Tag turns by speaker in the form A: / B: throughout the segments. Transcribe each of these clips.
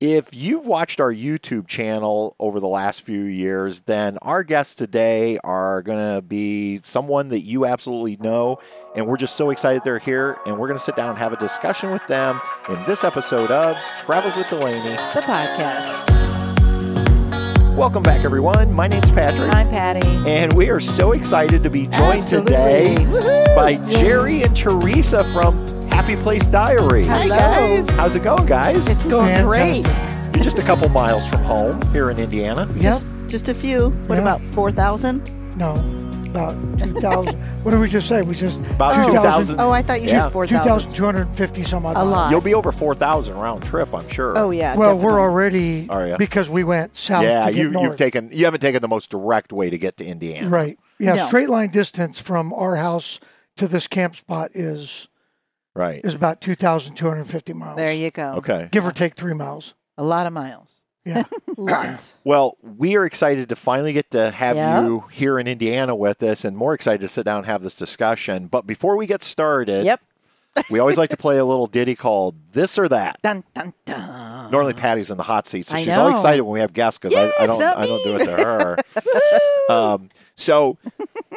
A: If you've watched our YouTube channel over the last few years, then our guests today are going to be someone that you absolutely know. And we're just so excited they're here. And we're going to sit down and have a discussion with them in this episode of Travels with Delaney.
B: the podcast.
A: Welcome back, everyone. My name's Patrick.
B: I'm Patty.
A: And we are so excited to be joined
B: Absolutely.
A: today
B: Woohoo!
A: by
B: Yay.
A: Jerry and Teresa from Happy Place Diaries.
B: Hi,
C: guys.
A: How's it going, guys?
B: It's
D: Oh,
B: going
C: Fantastic.
A: You're just a couple miles from home here in Indiana.
B: great. Just, just a few. What
C: Yeah.
B: about 4,000?
C: No, about 2,000. what did we just say? We just.
A: About 2,000.
B: Oh, I thought you
A: Yeah.
B: said 4,000.
C: 2,250 some odd.
B: A lot.
A: You'll be over 4,000 round trip, I'm sure.
B: Oh, yeah.
C: Well,
B: definitely.
C: we're already.
A: Are ya?
C: Because we went south.
A: Oh, Yeah,
C: to get
A: you,
C: north.
A: you've taken you haven't taken the most direct way to get to Indiana.
C: Right. Yeah,
B: No.
C: straight line distance from our house to this camp spot is
A: Right.
C: is about 2,250 miles.
B: There you go.
A: Okay.
C: Give or take three miles.
B: A lot of miles.
C: Yeah.
B: Lots.
A: Well, we are excited to finally get to have
B: Yeah.
A: you here in Indiana with us and more excited to sit down and have this discussion. But before we get started,
B: yep.
A: we always like to play a little ditty called This or That.
B: Dun, dun, dun.
A: Normally, Patty's in the hot seat, so
B: I
A: she's all
B: know.
A: excited when we have guests because I,
B: Yeah,
A: I
B: it's
A: don't,
B: not
A: I don't do it to her. um, so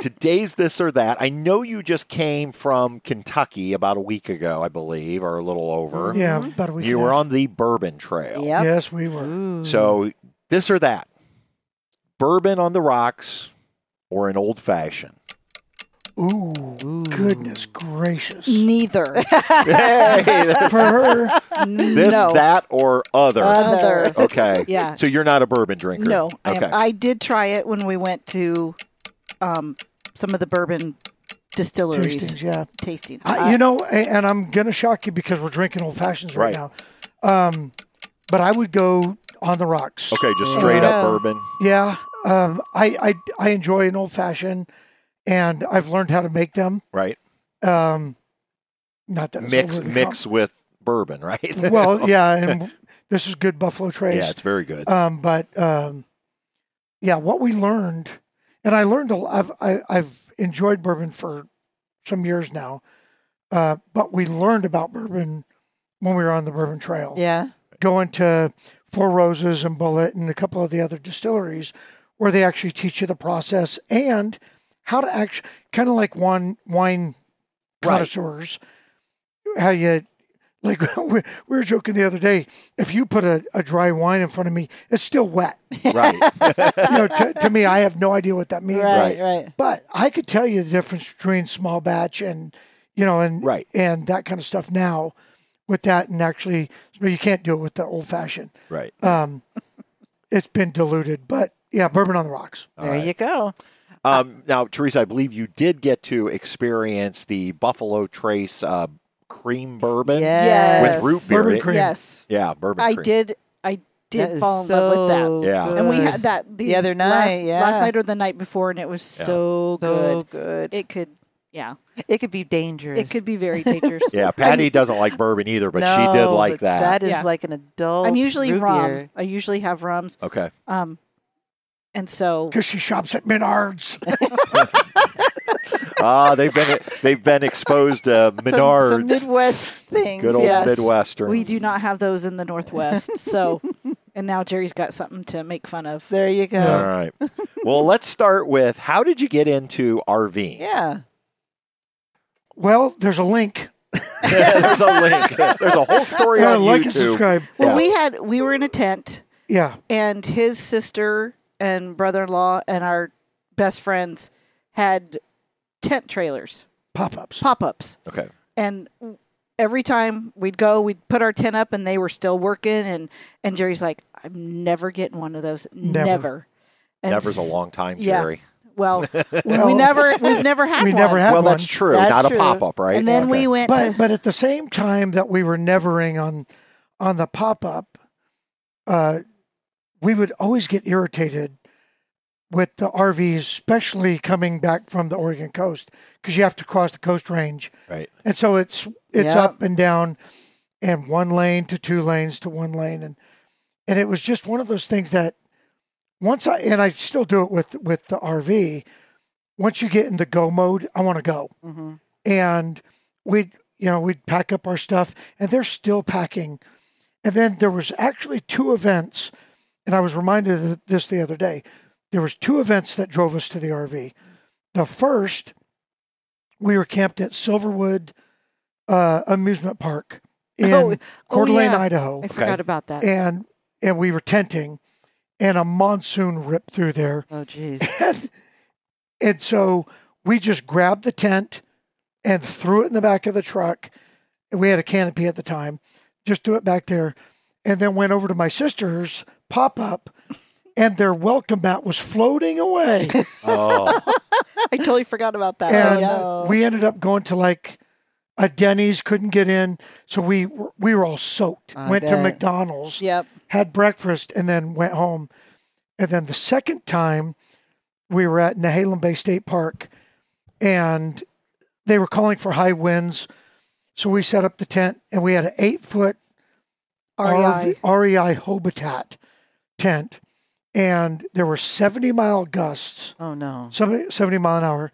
A: today's this or that. I know you just came from Kentucky about a week ago, I believe, or a little over.
C: Yeah, about a week.
A: you
C: and a
A: were
C: half.
A: on the Bourbon Trail.
B: Mm-hmm. Yep.
C: Yes, we were.
B: Ooh.
A: So this or that, bourbon on the rocks or an old fashioned.
C: Ooh, goodness gracious.
D: Neither.
A: hey,
C: For her,
A: this,
D: no.
A: that, or other.
D: Other.
A: okay.
D: Yeah.
A: So you're not a bourbon drinker.
D: No, I,
A: Okay.
D: am. I did try it when we went to um, some of the bourbon distilleries
C: tastings, yeah.
D: tasting. Uh,
C: I, you know, a- and I'm gonna shock you because we're drinking old fashions right,
A: Right.
C: now. Um, but I would go on the rocks.
A: okay. Just straight up
B: Yeah.
A: bourbon.
C: Yeah. Um, I, I I enjoy an old fashioned, and I've learned how to make them.
A: Right.
C: Um, not that it's
A: mix
C: overly
A: mix with bourbon, right?
C: com- well, yeah, and this is good Buffalo Trace.
A: yeah, it's very good.
C: um, but um, yeah, what we learned, and I learned a lot. I've, I, I've enjoyed bourbon for some years now, uh, but we learned about bourbon when we were on the Bourbon Trail,
B: Yeah.
C: going to Four Roses and Bullet and a couple of the other distilleries, where they actually teach you the process and how to actually kind of like wine wine
A: Right.
C: connoisseurs, how you like we we were joking the other day. If you put a, a dry wine in front of me, it's still wet.
A: right.
C: You know, to, to me, I have no idea what that means.
B: Right, right.
C: But I could tell you the difference between small batch and you know and
A: Right.
C: and that kind of stuff now with that and actually so you can't do it with the old fashioned.
A: Right.
C: Um, it's been diluted, but yeah, bourbon on the rocks.
A: All
B: There
A: right.
B: you go.
A: Um, now, Teresa, I believe you did get to experience the Buffalo Trace uh, cream bourbon
B: Yes.
A: with root beer.
C: Bourbon
A: It-
C: cream.
D: Yes,
A: Yeah, bourbon
D: I
A: cream.
D: did. I
B: That
D: did
B: is
D: fall in love
B: so
D: with that.
A: Yeah.
D: And we
B: good.
D: had that the,
B: The other
D: last-
B: night, yeah.
D: last night or the night before, and it was
A: Yeah.
D: so
B: so
D: good.
B: good.
D: It could, yeah,
B: It could be dangerous.
D: it could be very dangerous.
A: Yeah, Patty doesn't like bourbon either, but she did
B: No,
A: like
B: but
A: that.
B: That is
D: Yeah.
B: like an adult.
D: I'm usually
B: root
D: rum.
B: beer.
D: I usually have rums,
A: Okay.
D: um, and so
C: Because she shops at Menards.
A: Ah, they've been they've been exposed to Menards,
B: Some Midwest things.
A: good old
D: yes.
A: Midwestern.
D: we do not have those in the Northwest. So, and now Jerry's got something to make fun of.
B: There you go.
A: All right. Well, let's start with how did you get into RVing?
B: Yeah.
C: well, there's a link.
A: There's a link. There's a whole story
C: Yeah,
A: on
C: like and
A: YouTube.
C: subscribe.
D: Well,
A: Yeah.
D: we had we were in a tent,
C: Yeah,
D: and his sister and brother-in-law and our best friends had tent trailers,
C: pop ups.
D: pop-ups,
A: Okay.
D: and every time we'd go, we'd put our tent up, and they were still working. And and Jerry's like, "I'm never getting one of those.
C: Never.
D: Never." And
A: Never's a
D: s-
A: long time,
D: yeah.
A: Jerry.
D: Well,
C: Well,
D: we never we've never had
C: we
D: one.
C: never had
A: well,
C: one.
A: that's true.
B: That's
A: Not a
B: true.
A: pop up, right?
D: and then
A: Okay.
D: we went to
C: but but at the same time that we were nevering on on the pop up, uh, we would always get irritated with the RVs, especially coming back from the Oregon coast, because you have to cross the coast range,
A: Right.
C: and so it's it's
B: Yeah.
C: up and down, and one lane to two lanes to one lane, and and it was just one of those things that once I and I still do it with with the RV. Once you get in the go mode, I want to go
B: Mm-hmm.
C: and we'd you know we'd pack up our stuff and they're still packing And then there was actually two events, and I was reminded of this the other day. There was two events that drove us to the RV. The first, we were camped at Silverwood uh, Amusement Park in
D: Oh, oh,
C: Coeur d'Alene,
D: yeah.
C: Idaho
D: I forgot about that.
C: and and we were tenting, and a monsoon ripped through there,
B: Oh, jeez.
C: and, and so we just grabbed the tent and threw it in the back of the truck. And we had a canopy at the time, just threw it back there, and then went over to my sister's pop up, and their welcome mat was floating away,
A: Oh,
D: I totally forgot about
B: Oh,
D: that.
C: and
D: yeah.
C: we ended up going to like. A Denny's couldn't get in, so we were- we were all soaked.
B: I
C: Went to
B: bet.
C: McDonald's
D: Yep.
C: had breakfast and then went home. And then the second time we were at Nehalem Bay State Park and they were calling for high winds. So we set up the tent and we had an eight foot
D: REI.
C: REI E Habitat tent. And there were 70 mile gusts.
B: Oh, no.
C: 70, 70 mile an hour.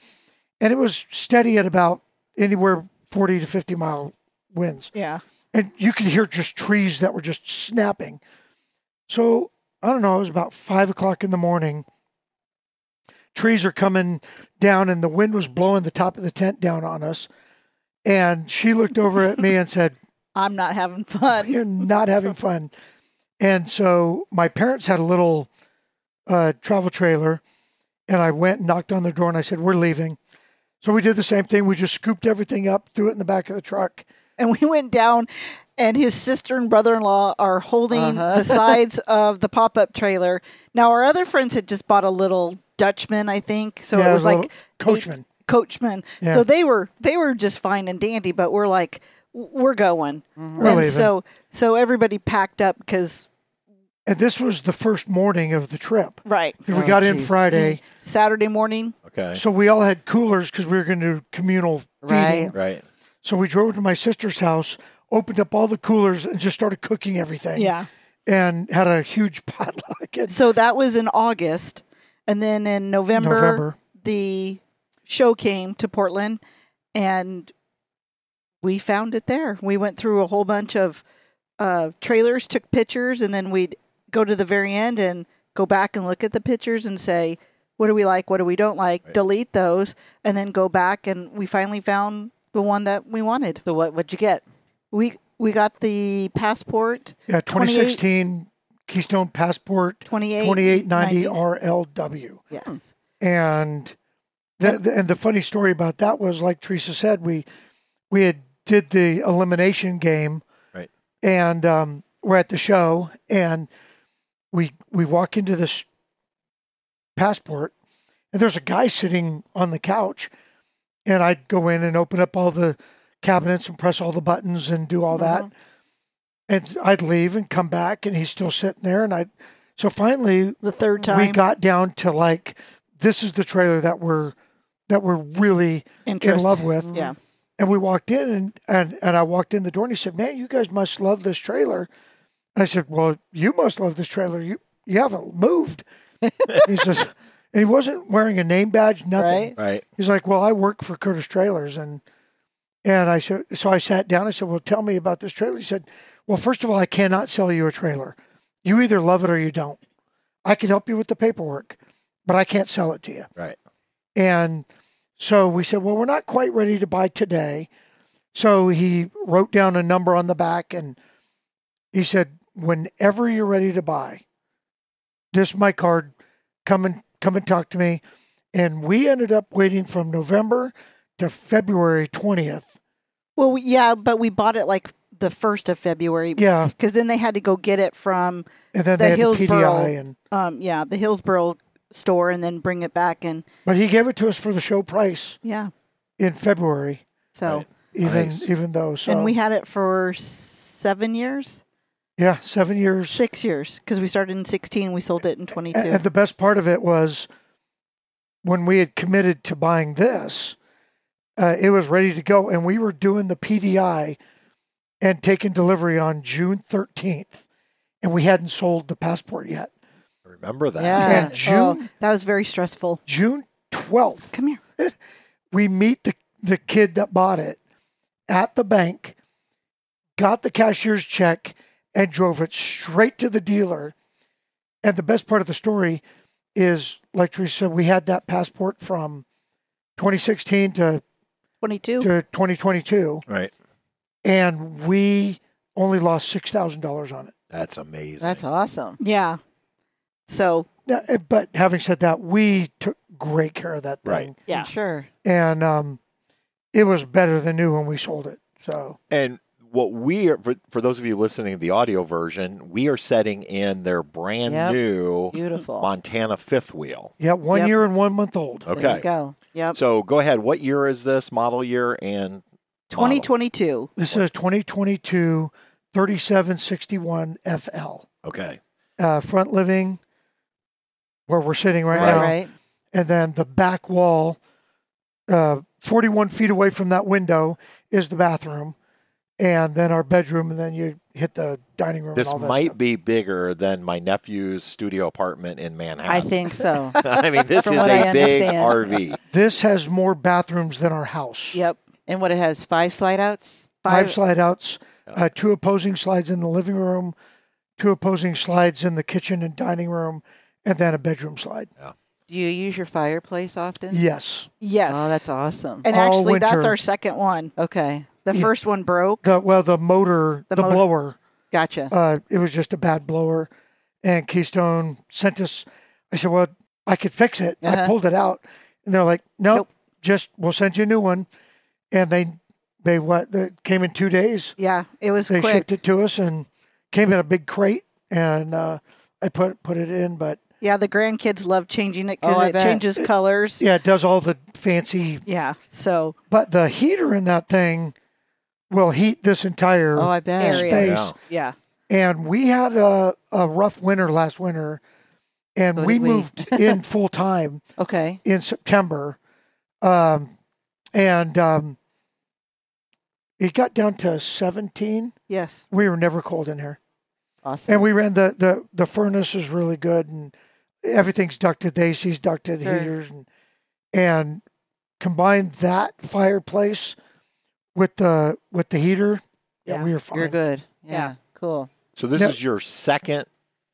C: And it was steady at about anywhere 40 to 50 mile winds.
D: Yeah.
C: And you could hear just trees that were just snapping. So I don't know, it was about five o'clock in the morning. Trees are coming down, and the wind was blowing the top of the tent down on us. And she looked over at me and said,
D: I'm not having fun.
C: You're not having fun. And so my parents had a little uh, travel trailer, and I went and knocked on their door and I said, We're leaving. So we did the same thing. We just scooped everything up, threw it in the back of the truck.
D: And we went down, and his sister and brother in law are holding
B: Uh-huh.
D: the sides of the pop up trailer. Now, our other friends had just bought a little Dutchman, I think. So
C: Yeah,
D: it
C: it
D: was
C: was a
D: like
C: little coachman.
D: eight- Coachman.
C: Yeah.
D: So they were they were just fine and dandy, but we're like, we're going.
C: Mm-hmm. We're
D: and
C: leaving.
D: so so everybody packed up because
C: And this was the first morning of the trip.
D: right
C: 'Cause we
B: Oh,
C: got in
B: geez.
C: Friday,
D: Saturday morning.
A: okay.
C: so we all had coolers because we were going to do communal feeding.
B: Right.
A: Right.
C: So we drove to my sister's house, opened up all the coolers, and just started cooking everything.
D: Yeah.
C: and had a huge potluck. And
D: So that was in August, and then in November,
C: November.
D: the show came to Portland, and we found it there. We went through a whole bunch of uh, trailers, took pictures, and then we'd go to the very end and go back and look at the pictures and say, "What do we like? What do we don't like?" Delete those, and then go back, and we finally found the one that we wanted.
B: So, what, what'd you get?
D: We we got the passport
C: yeah, 2016 Keystone Passport
D: 28
C: 2890
D: 90.
C: RLW.
D: Yes.
C: And the, the and the funny story about that was, like Teresa said, we we had did the elimination game,
A: Right.
C: And um, we're at the show, and we we walk into this passport, and there's a guy sitting on the couch, and I'd go in and open up all the cabinets and press all the buttons and do all that. And I'd leave and come back, and he's still sitting there. And I, so finally,
D: The third time
C: we got down to like this is the trailer that we're that we're really in love with.
D: Yeah.
C: And we walked in and, and and I walked in the door and he said, Man, you guys must love this trailer. And I said, Well, you must love this trailer. You you haven't moved. he says and he wasn't wearing a name badge,
D: Right.
C: nothing.
A: Right.
C: He's like, Well, I work for Curtis Trailers and and I said so I sat down, I said, Well, tell me about this trailer. He said, Well, first of all, I cannot sell you a trailer. You either love it or you don't. I could help you with the paperwork, but I can't sell it to you.
A: Right.
C: And so we said, well, we're not quite ready to buy today. So he wrote down a number on the back and he said, whenever you're ready to buy, this is my card. Come and come and talk to me. And we ended up waiting from November to February 20th.
D: Well, we, yeah, but we bought it like the first of February because
C: Yeah.
D: then they had to go get it from
C: And then
D: The
C: they had the
D: Hillsboro.
C: PDI and
D: um yeah the Hillsboro store and then bring it back and
C: but he gave it to us for the show price
D: yeah
C: in February,
D: so
A: Right.
C: even
A: Nice.
C: even though so
D: and we had it for seven years
C: yeah, seven years
D: six years because we started in sixteen we sold it in twenty
C: A-
D: two
C: And the best part of it was when we had committed to buying this, uh, it was ready to go, and we were doing the PDI and taking delivery on June 13th, and we hadn't sold the passport yet.
A: I remember that.
B: Yeah.
C: And June
D: Oh, that was very stressful
C: June 12th,
D: come here
C: we meet the the kid that bought it at the bank, got the cashier's check, and drove it straight to the dealer. And the best part of the story is, like Teresa said, we had that passport from 2016 to,
D: 22.
C: to 2022,
A: Right.
C: and we only lost $6,000 on it.
A: That's amazing.
B: That's awesome.
D: Yeah. So,
C: Now, eh, But having said that, we took great care of that thing.
A: Right.
D: yeah.
B: Sure.
C: And um, it was better than new when we sold it. So,
A: And what we are, for, for those of you listening to the audio version, we are setting in their brand
B: Yep.
A: new
B: Beautiful.
A: Montana fifth wheel.
C: yeah, one
D: Yep.
C: year and one month old.
A: Okay.
B: There you go.
D: Yep.
A: So go ahead. What year is this model year? And
D: 2022.
C: This is 2022 3761 FL.
A: okay,
C: uh, front living where we're sitting right,
A: Right.
C: now,
B: Right.
C: and then the back wall, uh, 41 feet away from that window, is the bathroom, and then our bedroom, and then you hit the dining room.
A: this
C: and all that
A: might
C: stuff.
A: be bigger than my nephew's studio apartment in Manhattan.
B: I think so.
A: I mean, this
B: From
A: is
B: what
A: a
B: I
A: big
B: understand.
A: RV.
C: This has more bathrooms than our house.
D: Yep.
B: and what it has five slide outs.
C: Five
D: Five-
C: slide outs, uh, two opposing slides in the living room, two opposing slides in the kitchen and dining room, and then a bedroom slide.
B: Do you use your fireplace often?
C: Yes.
D: Yes.
B: Oh, that's awesome.
D: And
C: all
D: actually, that's
C: winter.
D: our second one.
B: okay.
D: The
C: Yeah.
D: first one broke.
C: The well, the motor,
D: The
C: the
D: motor-
C: blower.
B: Gotcha.
C: uh, it was just a bad blower. And Keystone sent us, I said, well, I could fix it. I
B: Uh-huh.
C: pulled it out. And they're like, nope,
D: Nope.
C: just we'll send you a new one. And they, they what, they came in two days.
D: Yeah. It was
C: They
D: quick.
C: shipped it to us and came in a big crate. And uh, I put put it in, but
D: Yeah. The grandkids love changing it because
B: Oh, I
D: it
B: bet.
D: changes colors.
C: yeah, it does all the fancy.
D: Yeah. So,
C: But the heater in that thing will heat this entire
B: oh, I bet.
D: Area.
C: space.
A: Yeah.
D: yeah.
C: and we had a, a rough winter last winter and
B: So
C: we
B: did we.
C: moved in full time
B: Okay.
C: in september um, and um, it got down to 17
D: Yes.
C: we were never cold in here
B: Awesome.
C: and we ran the, the, the furnace is really good and everything's ducted the ac's ducted
B: Sure.
C: heaters and, and combined that fireplace with the with the heater yeah,
D: Yeah.
C: we were fine
B: You're good. Yeah.
D: Yeah.
B: Cool.
A: So this
C: No.
A: is your second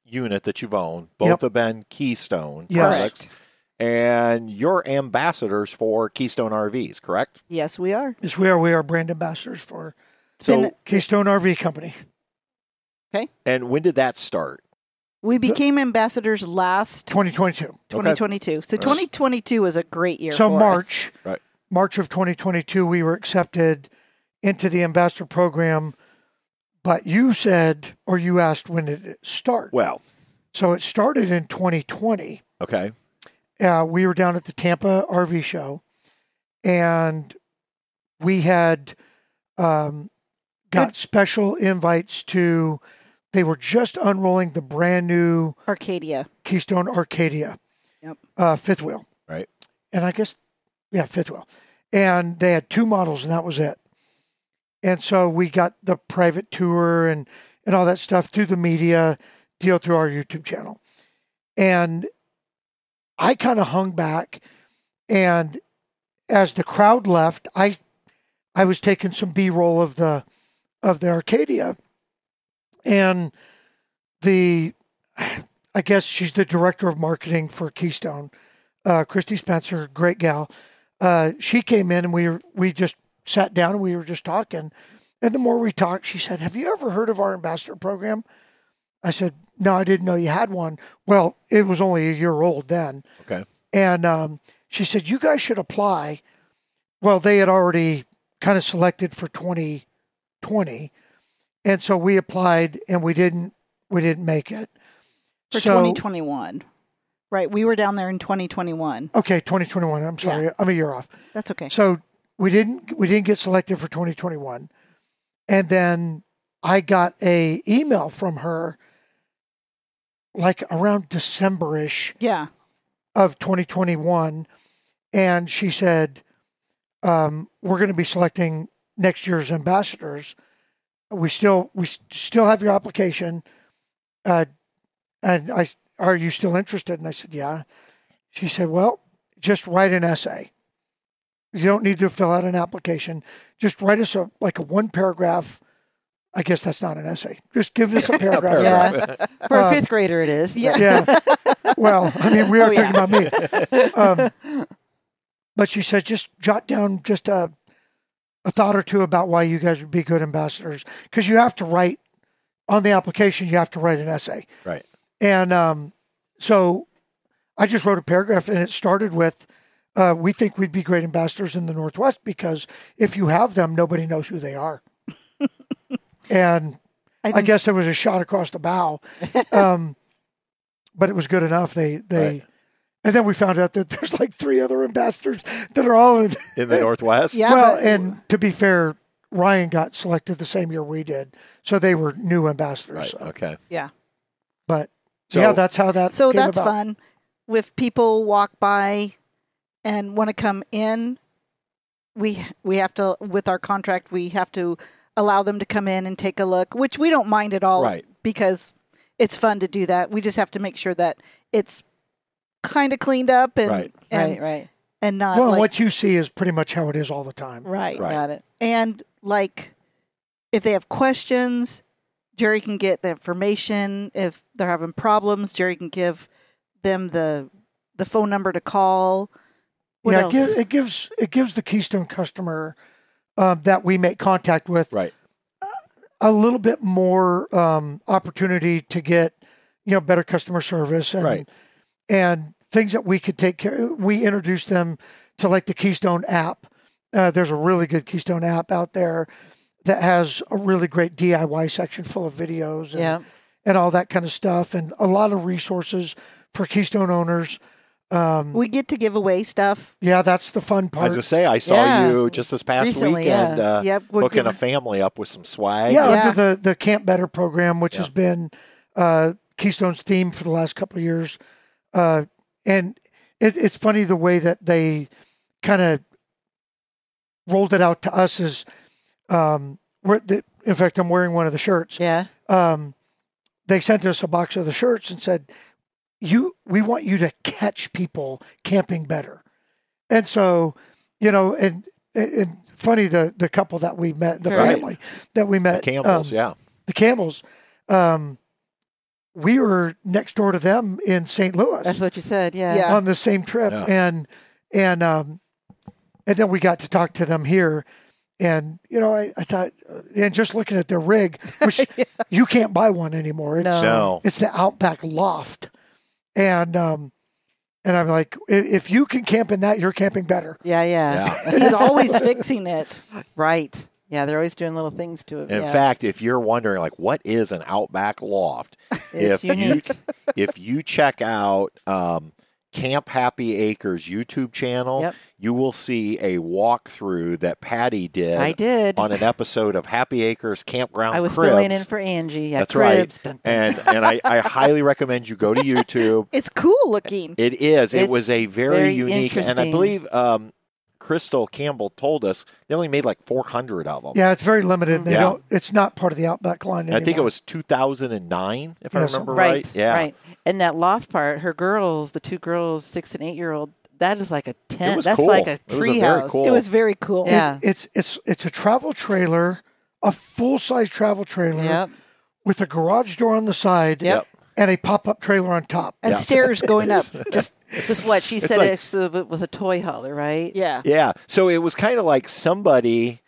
A: unit that you've owned. Both
C: Yep.
A: have been Keystone
C: Yes.
A: products, and you're ambassadors for Keystone RVs, correct?
D: Yes, we are.
C: yes we are we are brand ambassadors for
A: So,
D: Been-
C: Keystone RV Company.
A: and when did that start?
D: We became ambassadors last
C: 2022.
D: 2022. So 2022 was a great year.
C: So
D: for us.
C: March,
A: Right.
C: March of 2022, we were accepted into the ambassador program. But you said, or you asked, when did it start?
A: Well,
C: so it started in 2020.
A: okay,
C: Uh, we were down at the Tampa RV show, and we had um, got special invites to. They were just unrolling the brand new
D: Arcadia.
C: Keystone Arcadia.
D: Yep.
C: Uh, fifth wheel.
A: Right.
C: And I guess, yeah, fifth wheel. And they had two models, and that was it. And so we got the private tour and and all that stuff through the media deal through our YouTube channel. And I kind of hung back, and as the crowd left, I I was taking some B roll of the of the Arcadia, and the I guess she's the director of marketing for Keystone, uh, Christy Spencer, great gal. Uh, she came in and we were, we just sat down and we were just talking. And the more we talked, she said, "Have you ever heard of our ambassador program?" I said, "No, I didn't know you had one." Well, it was only a year old then,
A: okay,
C: and um, she said, "You guys should apply." Well, they had already kind of selected for 2020, and so we applied and we didn't we didn't make it
D: for
C: So-
D: 2021. Right, we were down there in 2021.
C: Okay, 2021. I'm sorry, I'm a year off.
D: That's okay.
C: So we didn't we didn't get selected for 2021, and then I got a email from her like around Decemberish
D: Yeah,
C: of 2021, and she said, um, "We're going to be selecting next year's ambassadors. We still we s- still have your application, uh, and I s- are you still interested?" And I said, "Yeah." She said, "Well, just write an essay. You don't need to fill out an application. Just write us a like a one paragraph." I guess that's not an essay. Just give us a paragraph.
A: paragraph.
B: For
C: Uh,
B: a fifth grader, it is. but-
D: yeah.
C: Yeah. Well, I mean, we are
B: Oh, yeah.
C: talking about me. Um, but she says just jot down just a, a thought or two about why you guys would be good ambassadors because you have to write on the application. You have to write an essay.
A: Right.
C: And um, so I just wrote a paragraph, and it started with. Uh, we think we'd be great ambassadors in the Northwest because if you have them, nobody knows who they are. and
D: I
C: I
D: think
C: guess there was a shot across the bow, um, but it was good enough. They they,
A: Right.
C: and then we found out that there's like three other ambassadors that are all in.
A: in the Northwest.
D: Yeah,
C: well,
D: but-
C: and to be fair, Ryan got selected the same year we did, so they were new ambassadors.
A: Right.
C: so-
A: Okay.
C: But
A: So
C: yeah, that's how that.
D: so
C: came
D: that's
C: about.
D: fun. If people walk by and want to come in, we we have to with our contract we have to allow them to come in and take a look, which we don't mind at all
A: Right.
D: because it's fun to do that. We just have to make sure that it's kind of cleaned up and
A: Right.
D: and,
B: Right, right.
D: and not
C: Well,
D: like,
C: what you see is pretty much how it is all the time.
D: right.
A: Right.
B: Got it.
D: and like if they have questions jerry can get the information if they're having problems jerry can give them the the phone number to call what
C: yeah,
D: else?
C: It, gi- it gives it gives the Keystone customer um, that we make contact with
A: Right.
C: a little bit more um, opportunity to get you know better customer service and
A: Right.
C: and things that we could take care. We introduce them to like the Keystone app. Uh, there's a really good Keystone app out there that has a really great DIY section full of videos and,
B: Yeah.
C: and all that kind of stuff and a lot of resources for Keystone owners. Um,
D: we get to give away stuff
C: yeah, that's the
A: I
C: fun
A: was
C: part.
A: gonna say I saw
B: Yeah.
A: you just this past
B: Recently,
A: weekend
B: yeah.
A: uh,
D: yep we're
A: hooking
D: giving-
A: a family up with some swag.
C: yeah,
D: Yeah.
C: under the the Camp Better program, which
A: Yeah.
C: has been uh, Keystone's theme for the last couple of years, uh, and it, it's funny the way that they kind of rolled it out to us is, um, we're the, in fact, I'm wearing one of the shirts.
B: Yeah.
C: Um, they sent us a box of the shirts and said, "You, we want you to catch people camping better," and so you know, and and funny the the couple that we met, the
B: Right.
C: family that we met,
A: Campbell's.
C: um,
A: yeah.
C: the Campbells. Um, we were next door to them in St. Louis
B: That's what you said. Yeah.
D: Yeah.
C: on the same trip,
A: Yeah.
C: and and um, and then we got to talk to them here, and you know, I, I thought, uh, and just looking at their rig, which you can't buy one anymore. It's
B: No.
A: No.
C: it's the Outback Loft, and um, and I'm like, "I- if you can camp in that, you're camping better.
B: Yeah. Yeah.
D: he's always fixing it
B: Right. Yeah. They're always doing little things to it.
A: In
B: yeah.
A: fact, if you're wondering like what is an Outback loft, if
B: It's
A: you
B: unique.
A: if you check out um, Camp Happy Acres YouTube channel,
B: Yep.
A: you will see a walkthrough that Patty did,
B: I did.
A: on an episode of Happy Acres Campground
B: I was
A: Cribs.
B: filling in for Angie. Yeah,
A: That's right.
B: cribs. Dun, dun.
A: and and I, I highly recommend you go to YouTube.
D: it's cool looking
A: It is. It
B: It's
A: was a very,
B: very
A: unique, and I
B: interesting.
A: believe um, Crystal Campbell told us they only made like 400 of them.
C: Yeah, it's very
B: Mm.
C: limited. They
A: Yeah.
C: don't. It's not part of the Outback line
A: And I
C: anymore.
A: think it was 2009, if I
C: Yeah,
A: remember
C: something-
A: right. Yeah.
B: Right. And that loft part, her girls, the two girls, six and eight year old, that is like a tent.
A: was
B: That's
A: cool.
B: like a
A: It was a
B: treehouse.
A: very cool-
D: it was very cool
B: Yeah.
C: It's it's it's a travel trailer, a full size travel trailer
B: Yep.
C: with a garage door on the side
B: Yep.
C: and a pop up trailer on top.
D: and
A: Yeah.
D: stairs going up just
B: This is what she
A: It's
B: said.
A: like-
B: it's, uh, it was a toy hauler, right?
D: yeah
A: Yeah. So it was kind of like somebody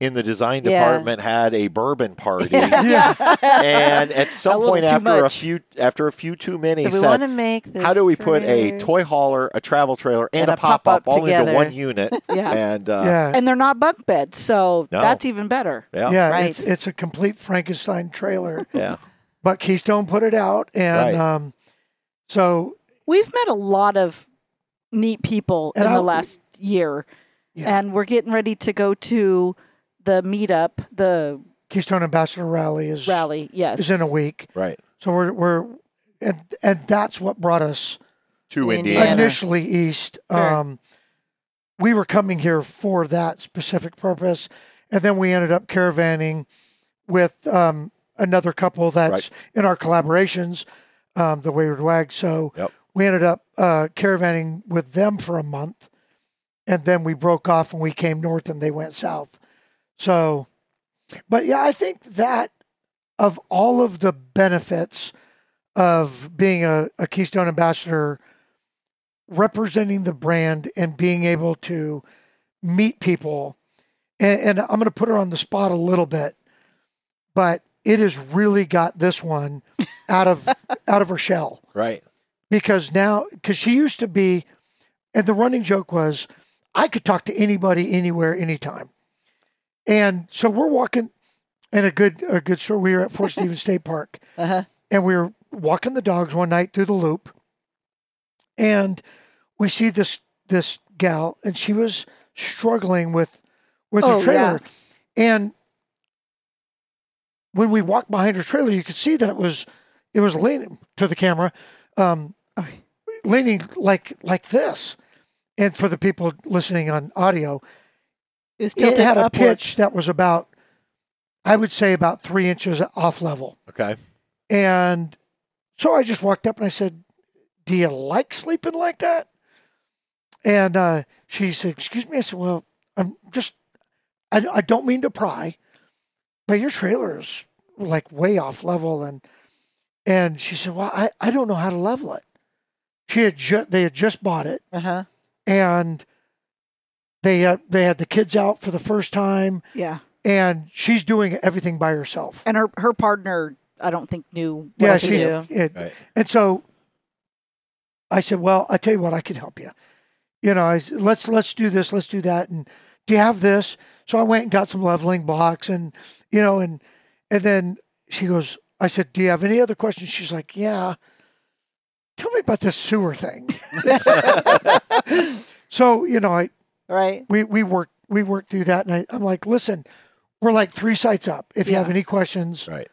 A: in the design
B: Yeah.
A: department had a bourbon party.
C: Yeah.
A: and at some
D: little
A: point
D: too
A: after a
D: much.
A: few after a few too many
B: So we want
A: said
B: to make this.
A: how do we put a
B: trailer-
A: toy hauler, a travel trailer, and,
B: And
A: a
B: a pop-up
A: pop up all
B: together.
A: into one unit?
D: Yeah.
A: And uh,
C: yeah.
D: and they're not bunk beds so
A: No.
D: that's even better
A: yeah,
C: yeah,
B: Right.
C: it's it's a complete Frankenstein trailer.
A: yeah.
C: But Keystone put it out and
A: Right.
C: um so
D: we've met a lot of neat people
C: And
D: in
C: I-
D: the last year
C: Yeah.
D: and we're getting ready to go to the meetup the
C: Keystone Ambassador Rally is
D: rally yes
C: is in a week.
A: Right.
C: So we're we're and and that's what brought us
A: To
B: Indiana.
A: Indiana.
C: initially east.
B: Sure.
C: Um, we were coming here for that specific purpose, and then we ended up caravanning with um, another couple
A: Right.
C: that's in our collaborations, um, the Wayward Wag. So
A: Yep.
C: we ended up uh, caravanning with them for a month, and then we broke off and we came north and they went south. So But yeah, I think that of all of the benefits of being a, a Keystone ambassador, representing the brand and being able to meet people, and, and I'm going to put her on the spot a little bit, but it has really got this one out of out of her shell
A: Right.
C: because now because she used to be and the running joke was i could talk to anybody anywhere anytime and so we're walking in a good a good story we were at fort stevens state park
B: Uh-huh.
C: and we were walking the dogs one night through the loop and we see this this gal and she was struggling with with
D: Oh,
C: her trailer and when we walked behind her trailer you could see that it was it was leaning to the camera um, leaning like like this and for the people listening on audio
D: It was
C: it
D: tilted
C: had a
D: upward.
C: pitch that was about i would say about three inches off level
A: Okay.
C: and so I just walked up and I said, Do you like sleeping like that? And uh, she said, Excuse me. I said, Well, I'm just, I, I don't mean to pry, but your trailer's like way off level. And and she said, Well, I, I don't know how to level it. She had ju- they had just bought it
B: Uh
D: Uh-huh.
B: huh.
C: and they uh, they had the kids out for the first time
D: Yeah.
C: and she's doing everything by herself.
D: And her, her partner, I don't think, knew what
C: yeah,
D: to
C: she
D: do.
C: it-
A: Right.
C: and so I said, "Well, I tell you what, I can help you. You know, I s let's let's do this, let's do that, and do you have this?" So I went and got some leveling blocks, and you know, and and then she goes, "I said, do you have any other questions?" She's like, "Yeah, tell me about this sewer thing." so you know, I
D: Right.
C: we we worked we worked through that, and I, I'm like, "Listen, we're like three sites up. If you
D: Yeah.
C: have any questions,
A: Right.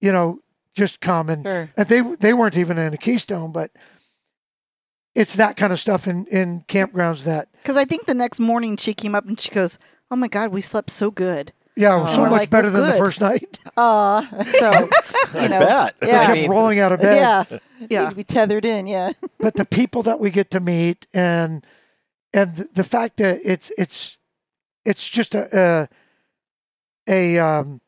C: you know, just come and."
B: Sure.
C: and they they weren't even in a keystone but it's that kind of stuff in in campgrounds that
D: Because I think the next morning she came up and she goes, Oh my God, we slept so good.
C: yeah were
B: Oh.
C: so
B: We're
C: much
D: like,
C: better
D: we're
C: than the
D: good.
C: first night
B: Aw.
D: So,
A: I
D: you know,
A: bet.
B: yeah.
A: I
C: kept
A: mean,
C: rolling out of bed
B: yeah. Need
D: yeah.
B: to be tethered in. Yeah.
C: but the people that we get to meet and and th- the fact that it's it's it's just a a, a um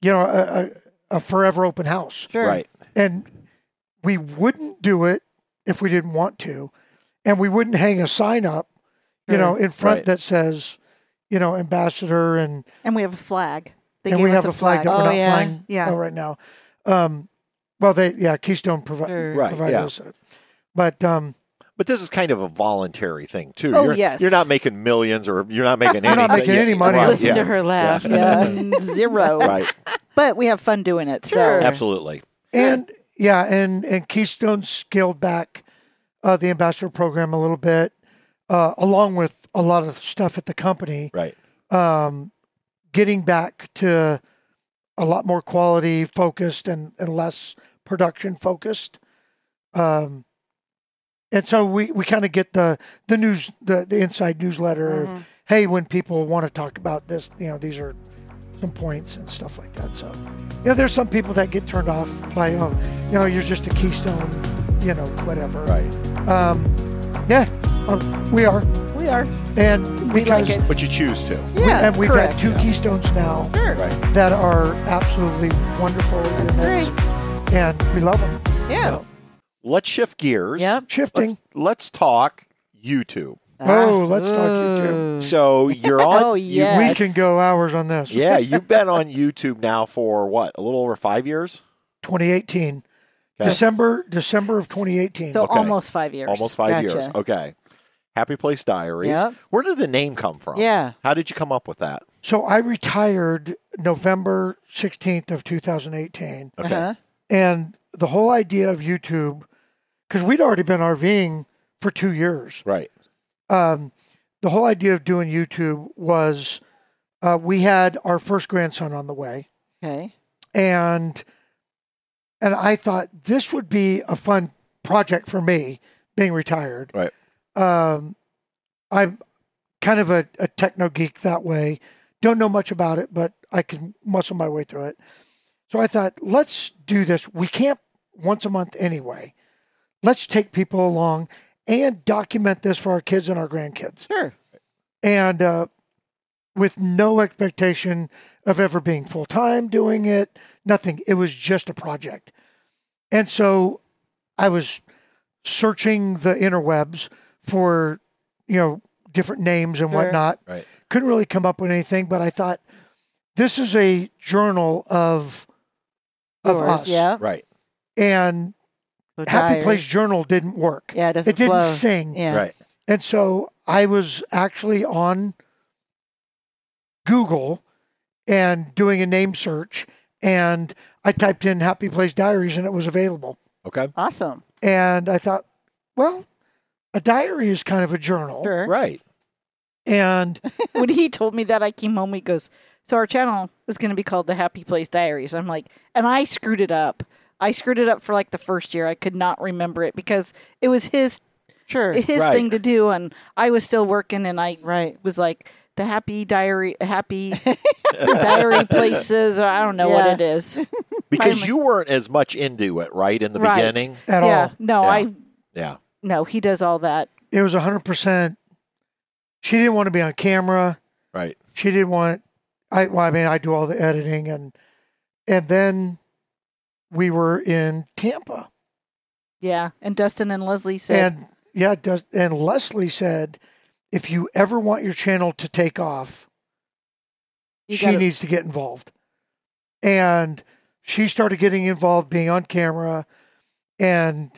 C: you know a, a a forever open house
B: Sure.
A: Right.
C: and we wouldn't do it if we didn't want to, and we wouldn't hang a sign up, you know, in front
A: Right.
C: that says, you know, ambassador, and
D: And we have a flag. They
C: and
D: gave
C: we
D: us
C: have a flag, that we're
B: Oh,
C: not
B: yeah.
C: flying
D: Yeah.
C: uh, right now. Um, well, they yeah, Keystone provi-
B: Sure.
A: Right.
C: provided
A: yeah.
C: us, but um,
A: But this is kind of a voluntary thing too.
D: Oh,
A: you're,
D: yes.
A: you're not making millions or you're not making
C: You're
A: any
C: not making any money off
A: Right,
B: Listen
A: yeah.
B: to her laugh.
A: Yeah.
B: Yeah.
D: Mm, Zero.
A: right.
D: But we have fun doing it.
B: Sure.
D: So,
A: Absolutely.
C: and yeah, and and Keystone scaled back uh, the ambassador program a little bit, uh, along with a lot of stuff at the company.
A: Right.
C: um, getting back to a lot more quality focused and, and less production focused. Um, and so we, we kind of get the, the news, the, the inside newsletter
D: Mm-hmm.
C: of, hey, when people want to talk about this, you know, these are some points and stuff like that. So, yeah, there's some people that get turned off by, oh, you know, you're just a Keystone, you know, whatever.
A: Right.
C: Um, yeah, uh, we are.
D: we are.
C: And
D: We like
C: because,
D: it.
A: But you choose to.
C: we-
D: Yeah.
C: and we've
D: correct. Mm-hmm.
C: had two Keystones now
D: Sure.
A: Right.
C: that are absolutely wonderful events, and we love them.
D: Yeah.
A: Let's shift gears.
B: Yep.
C: Shifting.
A: Let's, let's talk YouTube.
C: Oh, let's talk
B: Mm.
C: YouTube.
A: So you're on.
D: Oh,
A: you-
D: yeah.
C: We
D: Yes.
C: can go hours on this.
A: yeah. You've been on YouTube now for what? A little over five years.
C: 2018,
A: Okay.
C: December, December of 2018.
D: So
A: Okay.
D: almost five years.
A: Almost five
B: Gotcha.
A: years. Okay. Happy Place Diaries.
B: Yep.
A: Where did the name come from?
B: Yeah.
A: How did you come up with that?
C: so I retired November 16th of 2018,
A: Okay.
B: Uh-huh.
C: and the whole idea of YouTube, because we'd already been RVing for two years.
A: Right.
C: um, the whole idea of doing YouTube was uh, we had our first grandson on the way,
B: Okay.
C: and and I thought this would be a fun project for me, being retired.
A: Right.
C: Um, I'm kind of a, a techno geek that way. Don't know much about it, but I can muscle my way through it. So I thought, let's do this. We camp once a month anyway. Let's take people along and document this for our kids and our grandkids
B: Sure.
C: and uh, with no expectation of ever being full time doing it, nothing. It was just a project. And so I was searching the interwebs for, you know, different names and
B: Sure.
C: whatnot.
A: Right.
C: Couldn't really come up with anything, but I thought this is a journal of of
B: Yours,
C: us.
B: Yeah.
A: Right.
C: And
B: So
C: Happy
B: diary.
C: Place Journal didn't work.
B: Yeah, it doesn't
C: It didn't
B: flow.
C: sing.
B: Yeah.
A: Right.
C: And so I was actually on Google and doing a name search, and I typed in Happy Place Diaries and it was available.
A: Okay.
B: Awesome.
C: And I thought, well, a diary is kind of a journal.
B: Sure.
A: Right.
C: And
D: when he told me that, I came home. He goes, "So our channel is going to be called the Happy Place Diaries." I'm like, and I screwed it up. I screwed it up for like the first year. I could not remember it because it was his
B: Sure.
D: his
A: Right.
D: thing to do, and I was still working, and I
B: Right.
D: was like the Happy Diary, Happy Diary Places. Or I don't know
B: Yeah.
D: what it is.
A: Because
D: Finally.
A: you weren't as much into it, right, in the
D: Right.
A: beginning.
C: at
D: yeah,
C: all,
D: no,
A: Yeah.
D: I
A: Yeah.
D: no. He does all that.
C: it was 100%. She didn't want to be on camera.
A: Right.
C: she didn't want I well, I mean I do all the editing and and then we were in Tampa.
D: Yeah, and Dustin and Leslie said,
C: And yeah, it does and Leslie said if you ever want your channel to take off,
D: You
C: she
D: gotta-
C: needs to get involved. And she started getting involved being on camera and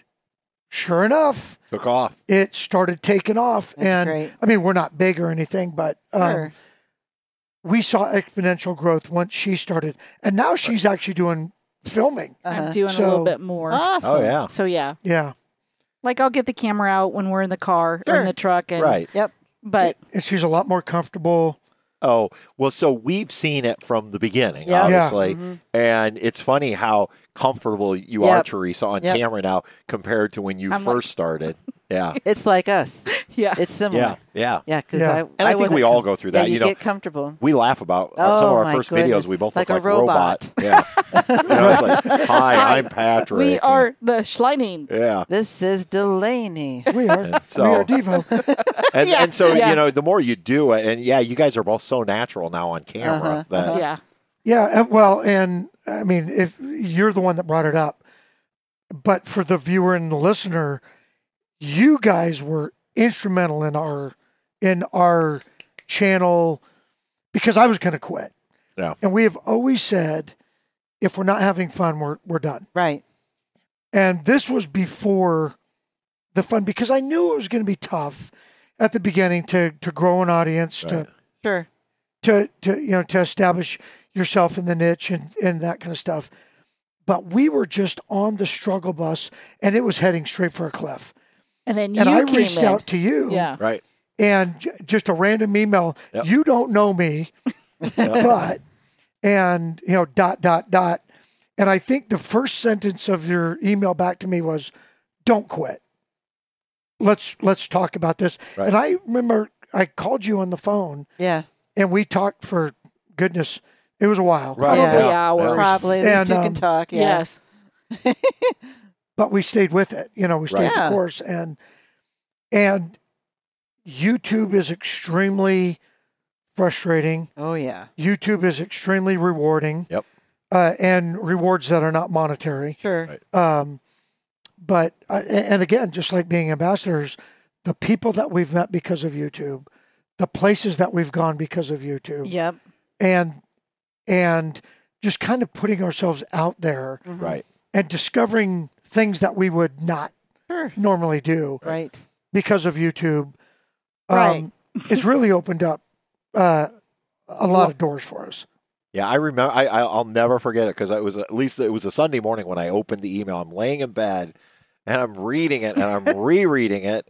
C: sure enough,
A: Took off.
C: it started taking off
B: That's
C: and
B: great.
C: I mean we're not big or anything, but um,
B: Sure.
C: we saw exponential growth once she started, and now she's actually doing filming.
D: "I'm
B: Uh-huh.
D: doing a
C: So-
D: little bit more."
B: Awesome.
A: Oh yeah.
D: So yeah,
C: Yeah,
D: like I'll get the camera out when we're in the car or
B: Sure.
D: in the truck, and
A: Right.
B: Yep.
D: But
C: and she's a lot more comfortable.
A: Oh, well, so we've seen it from the beginning,
B: Yeah. Mm-hmm.
C: Yeah.
A: obviously. And it's funny how comfortable you are,
B: Yep.
A: Teresa, on
B: Yep.
A: camera now compared to when you
D: I'm
A: first
D: like-
A: started. Yeah.
B: It's like us.
D: yeah,
B: It's similar.
A: yeah. Yeah.
B: Yeah, because
C: Yeah.
B: I
A: And I, think
B: wasn't
A: we all go through
B: com- yeah,
A: that. you, know,
B: get comfortable.
A: we laugh about uh, some of
B: Oh,
A: our
B: my
A: first videos.
B: goodness.
A: We both
B: Like
A: look
B: a
A: like robot.
B: robot.
A: Yeah. you know, it's like, hi, I'm Patrick.
D: we are the Schleining.
A: Yeah.
B: This is Delaney.
C: We are,
A: So-
C: we are Devo.
A: And,
D: Yeah.
A: and so,
D: Yeah.
A: you know, the more you do it, and yeah, you guys are both so natural now on camera
B: Uh-huh.
A: that,
D: yeah,
C: Yeah, and- well, and I mean, if you're the one that brought it up, but for the viewer and the listener, you guys were instrumental in our in our channel because I was going to quit.
A: Yeah.
C: and we have always said, if we're not having fun, we're we're done.
B: Right.
C: And this was before the fun because I knew it was going to be tough at the beginning to to grow an audience
A: Right.
B: Sure.
C: to to to you know to establish yourself in the niche and and that kind of stuff. But we were just on the struggle bus and it was heading straight for a cliff.
D: and then
C: And
D: you
C: I
D: came
C: reached
D: in.
C: out to you
D: yeah,
A: right.
C: and j- just a random email.
A: Yep.
C: You don't know me, but and you know dot dot dot. And I think the first sentence of your email back to me was, "Don't quit. Let's let's talk about this."
A: Right.
C: And I remember I called you on the phone
B: Yeah.
C: and we talked for goodness, it was a while.
A: Right.
D: probably
A: Yeah.
D: hours.
B: Probably. At
C: And,
B: least you
C: um,
B: can talk. Yeah.
D: yes,
C: but we stayed with it. You know, we stayed
B: Right. Yeah.
C: the course, and and YouTube is extremely frustrating.
B: Oh yeah.
C: YouTube is extremely rewarding.
A: Yep.
C: Uh, and rewards that are not monetary.
B: Sure.
A: Right.
C: Um, but uh, and again, just like being ambassadors, the people that we've met because of YouTube, the places that we've gone because of YouTube,
D: yep,
C: and and just kind of putting ourselves out there
B: Mhm.
A: Right.
C: and discovering things that we would not
B: Sure.
C: normally do
B: Right.
C: because of YouTube. um,
D: Right.
C: it's really opened up uh, a lot of doors for us.
A: Yeah, I remember. I, I I'll never forget it because it was at least it was a Sunday morning when I opened the email. I'm laying in bed and I'm reading it and I'm rereading it,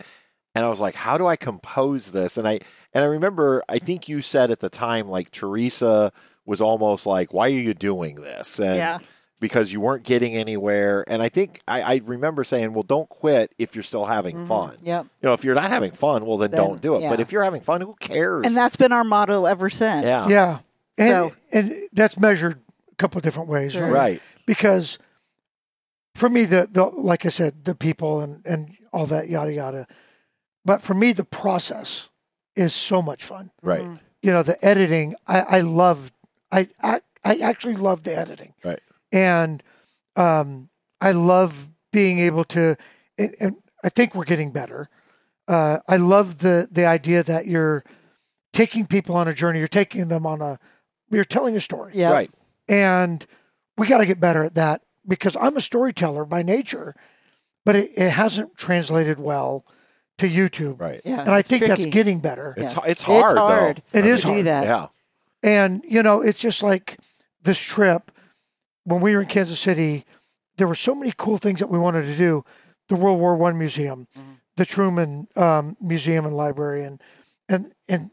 A: and I was like, "How do I compose this?" And I and I remember I think you said at the time like Teresa was almost like, "Why are you doing this?" And
D: yeah,
A: because you weren't getting anywhere. And I think I, I remember saying, "Well, don't quit if you're still having
B: Mhm.
A: fun.
B: Yep.
A: You know, if you're not having fun, well then,
B: Then,
A: don't do it. But
B: yeah.
A: if you're having fun, who cares?"
D: and that's been our motto ever since.
A: Yeah.
C: Yeah, and
D: So-
C: and that's measured a couple of different ways,
D: Sure.
C: right?
A: right,
C: Because for me, the the like I said, the people and and all that yada yada. But for me, the process is so much fun.
A: right,
B: Mhm.
C: you know, the editing, I, I loved, I, I, I actually loved the editing.
A: Right.
C: And um, I love being able to, and, and I think we're getting better. Uh, I love the, the idea that you're taking people on a journey, you're taking them on a, you're telling a story.
D: Yeah.
A: Right.
C: And we got to get better at that because I'm a storyteller by nature, but it, it hasn't translated well to YouTube.
A: Right.
B: Yeah.
C: And I
B: it's
C: think that's
B: tricky.
C: getting better.
A: It's
B: Yeah.
A: it's hard,
B: It's hard.
A: though.
C: It is
B: to
C: hard.
B: do that.
A: Yeah.
C: And, you know, it's just like this trip. When we were in Kansas City, there were so many cool things that we wanted to do. The World War One Museum,
B: Mhm.
C: the Truman um, Museum and Library, and and and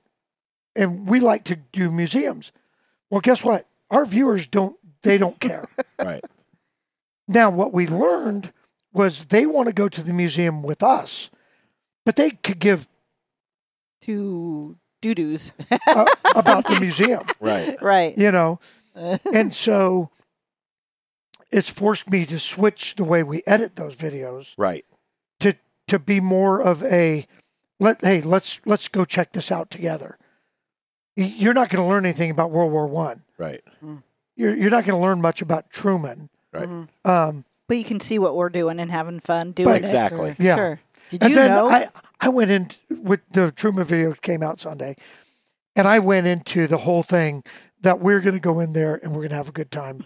C: and we like to do museums. Well, guess what? Our viewers don't. They don't care.
A: Right.
C: Now, what we learned was they want to go to the museum with us, but they could give
D: Two doo doos.
C: uh, about the museum,
A: Right.
D: Right.
C: you know? And so it's forced me to switch the way we edit those videos
A: Right.
C: to be more of a let hey, let's let's go check this out together. Y- You're not going to learn anything about World War 1.
A: Right.
C: You're you're not going to learn much about Truman.
A: Right.
B: Mhm.
C: Um
D: But you can see what we're doing and having fun doing
C: But-
D: it.
A: Exactly.
C: yeah.
D: Sure. Did
C: and
D: you
C: then
D: know?
C: I, I went in with the Truman video came out Sunday, and I went into the whole thing that we're going to go in there and we're going to have a good time,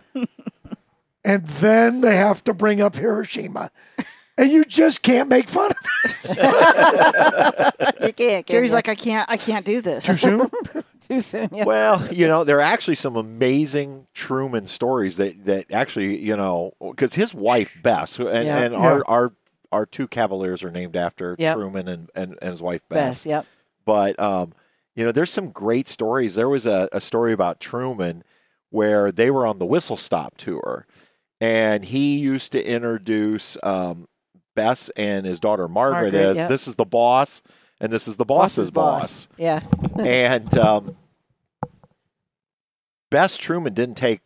C: and then they have to bring up Hiroshima, and you just can't make fun of it
B: You can't. can
D: Jerry's
B: you?
D: like, I can't, I can't do this.
C: too soon.
B: too soon. Yeah.
A: Well, you know, there are actually some amazing Truman stories that, that actually, you know, because his wife, Bess, and,
B: Yeah.
A: and Our, our our two Cavaliers are named after
B: Yep.
A: Truman and, and, and his wife, Bess.
B: Best. Yep.
A: But, um, you know, there's some great stories. There was a, a story about Truman where they were on the whistle stop tour, and he used to introduce um, Bess and his daughter Margaret,
B: Margaret,
A: as
B: yep.
A: this is the boss, and this is the boss's boss
B: Yeah.
A: and um, Bess Truman didn't take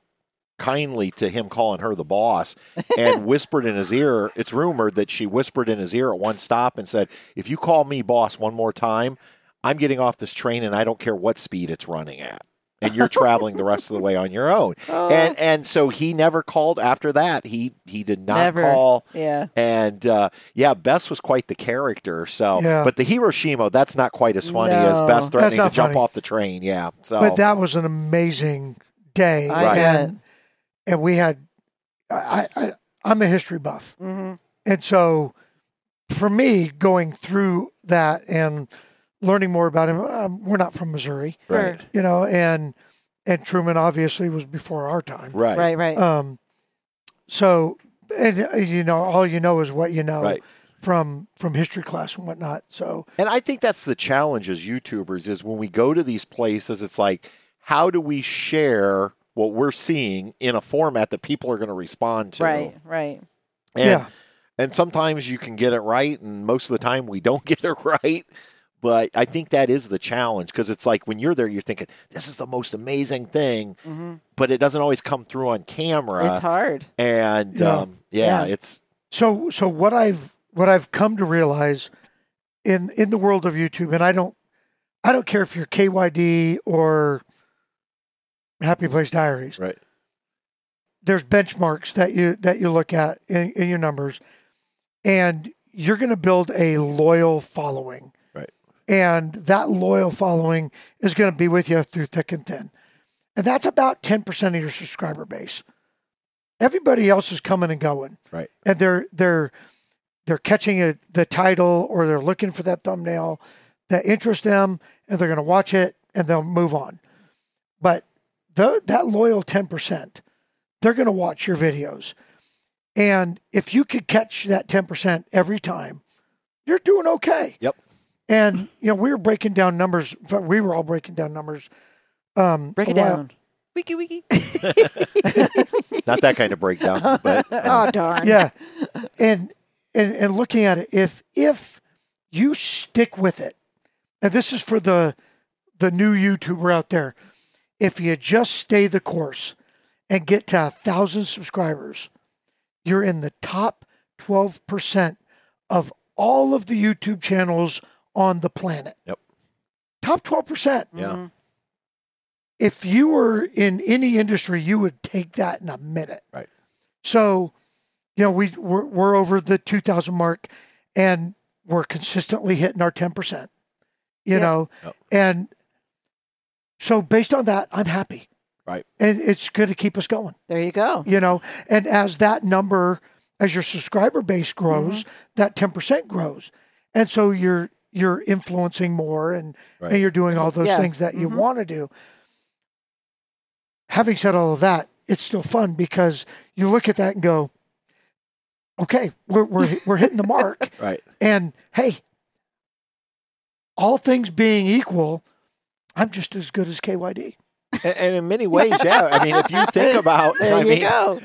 A: kindly to him calling her the boss and whispered in his ear. It's rumored that she whispered in his ear at one stop and said, If you call me boss one more time, I'm getting off this train and I don't care what speed it's running at. And you're traveling the rest of the way on your own.
B: Uh. Oh,
A: And and so he never called after that. He he did not
B: Never.
A: call.
B: Yeah.
A: And uh, yeah, Bess was quite the character. So,
C: Yeah.
A: but the Hiroshima, that's not quite as funny as
B: No.
A: Bess threatening to
C: not
A: jump
C: funny.
A: off the train. Yeah. So,
C: But that was an amazing day,
B: I Right. bet.
C: and and we had I, I I'm a history buff,
B: hmm
C: And so for me, going through that and learning more about him, um, we're not from Missouri,
A: right,
C: you know, and and Truman obviously was before our time.
A: right, right,
B: Right. Right.
C: Um, so and uh, you know, all you know is what you know from from history class and whatnot. So
A: And I think that's the challenge as YouTubers is when we go to these places, it's like, how do we share what we're seeing in a format that people are going to respond to?
B: right. Right.
A: And,
C: yeah,
A: and sometimes you can get it right, and most of the time we don't get it right. But I think that is the challenge because it's like when you're there, you're thinking, this is the most amazing thing,
B: hmm
A: but it doesn't always come through on camera.
B: It's hard.
A: and
C: Yeah.
A: Um, yeah,
B: Yeah.
A: it's
C: so so what I've what I've come to realize in in the world of YouTube, and I don't I don't care if you're KYD or Happy Place Diaries.
A: right,
C: there's benchmarks that you that you look at in, in your numbers, and you're going to build a loyal following.
A: Right.
C: And that loyal following is going to be with you through thick and thin, and that's about ten percent of your subscriber base. Everybody else is coming and going.
A: Right.
C: And they're they're they're catching a, the title or they're looking for that thumbnail that interests them, and they're going to watch it and they'll move on. But tho- that loyal ten percent they're going to watch your videos. And if you could catch that 10% every time, you're doing okay.
A: Yep.
C: And, you know, we were breaking down numbers. In fact, we were all breaking down numbers. Um,
B: Break
C: a
B: it
C: while-
B: down. Wiki wiki.
A: not that kind of breakdown, but uh,
D: oh darn.
C: Yeah. And, and, and looking at it, if, if you stick with it, and this is for the, the new YouTuber out there, if you just stay the course and get to a thousand subscribers, you're in the top 12% of all of the YouTube channels on the planet.
A: Yep.
C: Top 12%.
A: Yeah.
B: Mhm.
C: if you were in any industry, you would take that in a minute.
A: Right.
C: So, you know, we we're, we're over the two thousand mark, and we're consistently hitting our ten percent. You
D: Yeah.
C: know,
A: Yep.
C: and so based on that, I'm happy.
A: Right.
C: And it's going to keep us going
D: There you go.
C: you know and as that number as your subscriber base grows
A: Mm-hmm.
C: that 10% grows and so you're you're influencing more and
A: Right.
C: and you're doing all those
D: Yeah.
C: things that you
A: Mm-hmm.
D: Mhm.
C: want to do having said all of that it's still fun because you look at that and go okay we're we're, we're hitting the mark
A: Right.
C: and hey all things being equal i'm just as good as kyd
A: And, and in many ways, yeah. I mean, if you think about,
D: There
A: I
D: you
A: mean,
D: go.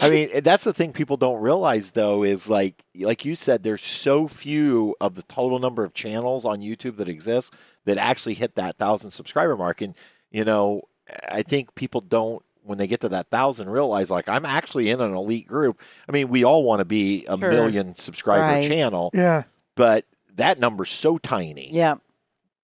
A: I mean, that's the thing people don't realize though is like like you said, there's so few of the total number of channels on YouTube that exist that actually hit that thousand subscriber mark. And you know, I think people don't when they get to that thousand realize like I'm actually in an elite group. I mean, we all want to be a
B: Sure.
A: million subscriber
B: Right.
A: channel,
C: yeah
A: but that number's so tiny.
B: Yeah.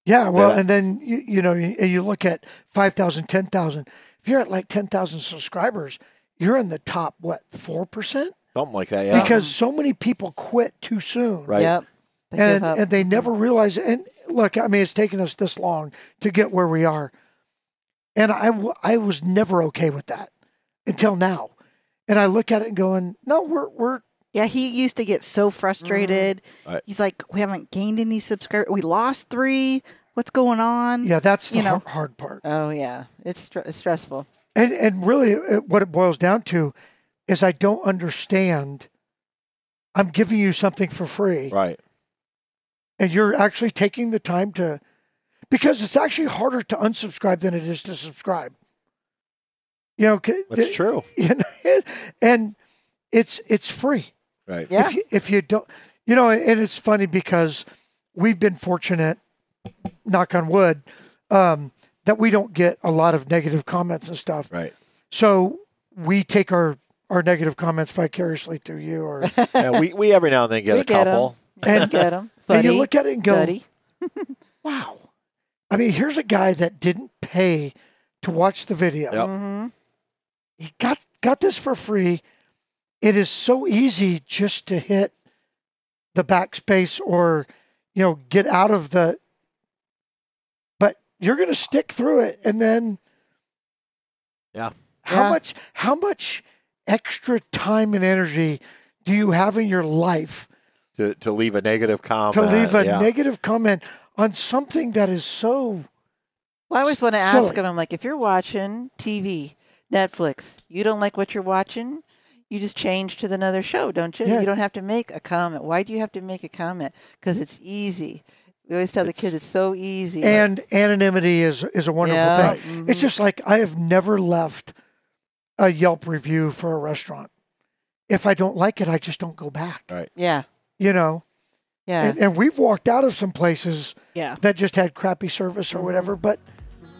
C: Yeah, well,
A: Yeah.
C: and then you, you know you, you look at 5,000, 10,000. If you're at like 10,000 subscribers, you're in the top what four percent
A: Something like that. Yeah.
C: because so many people quit too soon,
A: Right.
B: Yep. They give
C: and
B: up.
C: and they never realize. And look, I mean, it's taken us this long to get where we are, and I w- I was never okay with that until now, and I look at it and going, no, we're we're
D: Yeah, he used to get so frustrated.
A: Mm-hmm. Right.
D: He's like, we haven't gained any subscribers. We lost three. What's going on?
C: yeah, that's the
D: You know.
C: har- hard part.
B: oh yeah, it's str- it's stressful.
C: And and really, it- what it boils down to is I don't understand. I'm giving you something for free,
A: Right.
C: and you're actually taking the time to, because it's actually harder to unsubscribe than it is to subscribe. You know, c-
A: That's
C: the-
A: true.
C: you know, and it's it's free
A: Right.
B: Yeah.
C: if you, if you don't, you know, and it's funny because we've been fortunate, knock on wood, um, that we don't get a lot of negative comments and stuff.
A: Right.
C: So we take our our negative comments vicariously through you, or
A: Yeah, we, we every now and then get
B: We
A: a
B: get 'em.
A: couple.
C: and,
B: Get them.
C: and you look at it and go,
B: buddy.
C: "Wow!" I mean, here's a guy that didn't pay to watch the video.
A: Yep.
B: Mm-hmm.
C: He got got this for free. It is so easy just to hit the backspace or you know get out of the. But you're going to stick through it, and then
A: Yeah.
C: how
B: Yeah.
C: much how much extra time and energy do you have in your life
A: To, to leave a negative comment.
C: to leave a
A: yeah.
C: negative comment on something that is so
B: Well, I always want to
C: Silly.
B: ask them, I'm like, if you're watching TV, Netflix, you don't like what you're watching, you just change to another show, don't you?
C: Yeah.
B: You don't have to make a comment. Why do you have to make a comment? Because it's easy. We always tell
A: It's-
B: the kids it's so easy.
C: and anonymity is is a wonderful
B: Yeah.
C: thing.
B: Mhm.
C: It's just like I have never left a Yelp review for a restaurant. If I don't like it, I just don't go back.
A: Right.
B: yeah,
C: You know,
B: yeah.
C: and, and we've walked out of some places
D: Yeah.
C: that just had crappy service
B: Mm-hmm.
C: or whatever. But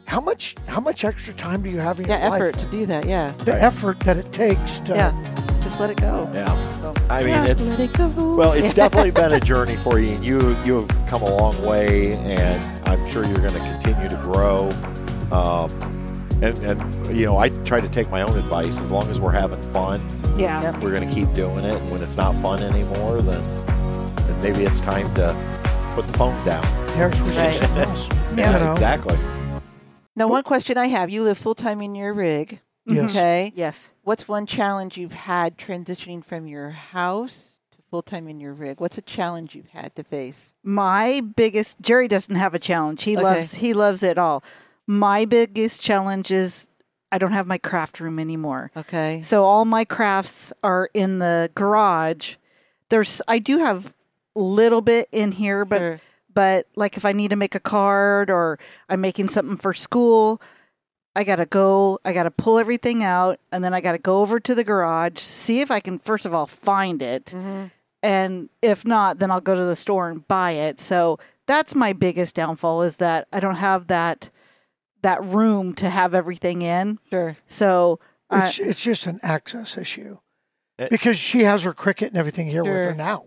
C: how much how much extra time do you have in
B: yeah,
C: your
B: effort
C: life?
B: to do that. Yeah,
C: The effort that it takes to
B: yeah. Just let it go.
A: Yeah.
B: So-
A: I mean,
B: Yeah,
A: it's
B: let it go.
A: well, it's
B: Yeah.
A: definitely been a journey for you, and you you have come a long way, and I'm sure you're going to continue to grow. Um, and and you know, I try to take my own advice. As long as we're having fun,
D: Yeah.
B: Yep.
A: we're going to keep doing it. And when it's not fun anymore, then, then maybe it's time to put the phone down.
C: Harris was
B: Right.
C: just something else.
A: Yeah,
C: You know?
A: exactly.
B: Now, one question I have: You live full time in your rig,
C: Yes.
B: okay?
D: Mm-hmm. Yes.
B: What's one challenge you've had transitioning from your house to full time in your rig? What's a challenge you've had to face?
D: My biggest Jerry doesn't have a challenge. He
B: Okay.
D: loves he loves it all. My biggest challenge is I don't have my craft room anymore.
B: Okay.
D: So all my crafts are in the garage. There's I do have a little bit in here, but
B: Sure.
D: but like if I need to make a card or I'm making something for school, I got to go, I got to pull everything out and then I got to go over to the garage, see if I can first of all find it. And if not, then I'll go to the store and buy it. So that's my biggest downfall is that I don't have that that room to have everything in.
B: Sure.
D: So I-
C: It's it's just an access issue
A: Eh.
C: because she has her cricket and everything here with her
B: Sure.
C: now.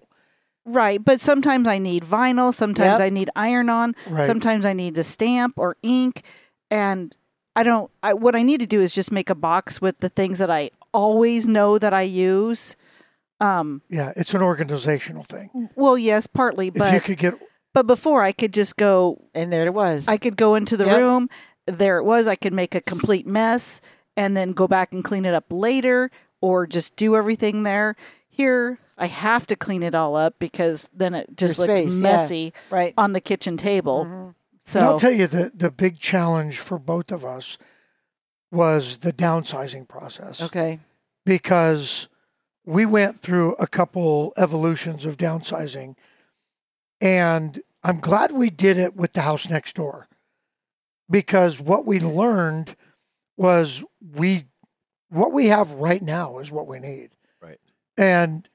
D: Right, but sometimes I need vinyl, sometimes
C: Yep.
D: I need iron on,
C: Right.
D: sometimes I need to stamp or ink and I don't I what I need to do is just make a box with the things that I always know that I use. Um
C: yeah, it's an organizational thing.
D: well yes, partly,
C: If you
D: but
C: could get
D: but before I could just go
B: And there it was.
D: I could go into the
B: Yep.
D: room. There it was. I could make a complete mess and then go back and clean it up later or just do everything there. Here, I have to clean it all up because then it just
B: Your
D: looks
B: space, yeah.
D: messy
B: right.
D: on the kitchen
C: Mm-hmm.
D: table.
C: And
D: So,
C: I'll tell you the the big challenge for both of us was the downsizing process
B: Okay.
C: because we went through a couple evolutions of downsizing, and I'm glad we did it with the house next door because what we learned was we what we have right now is what we need.
A: Right.
C: And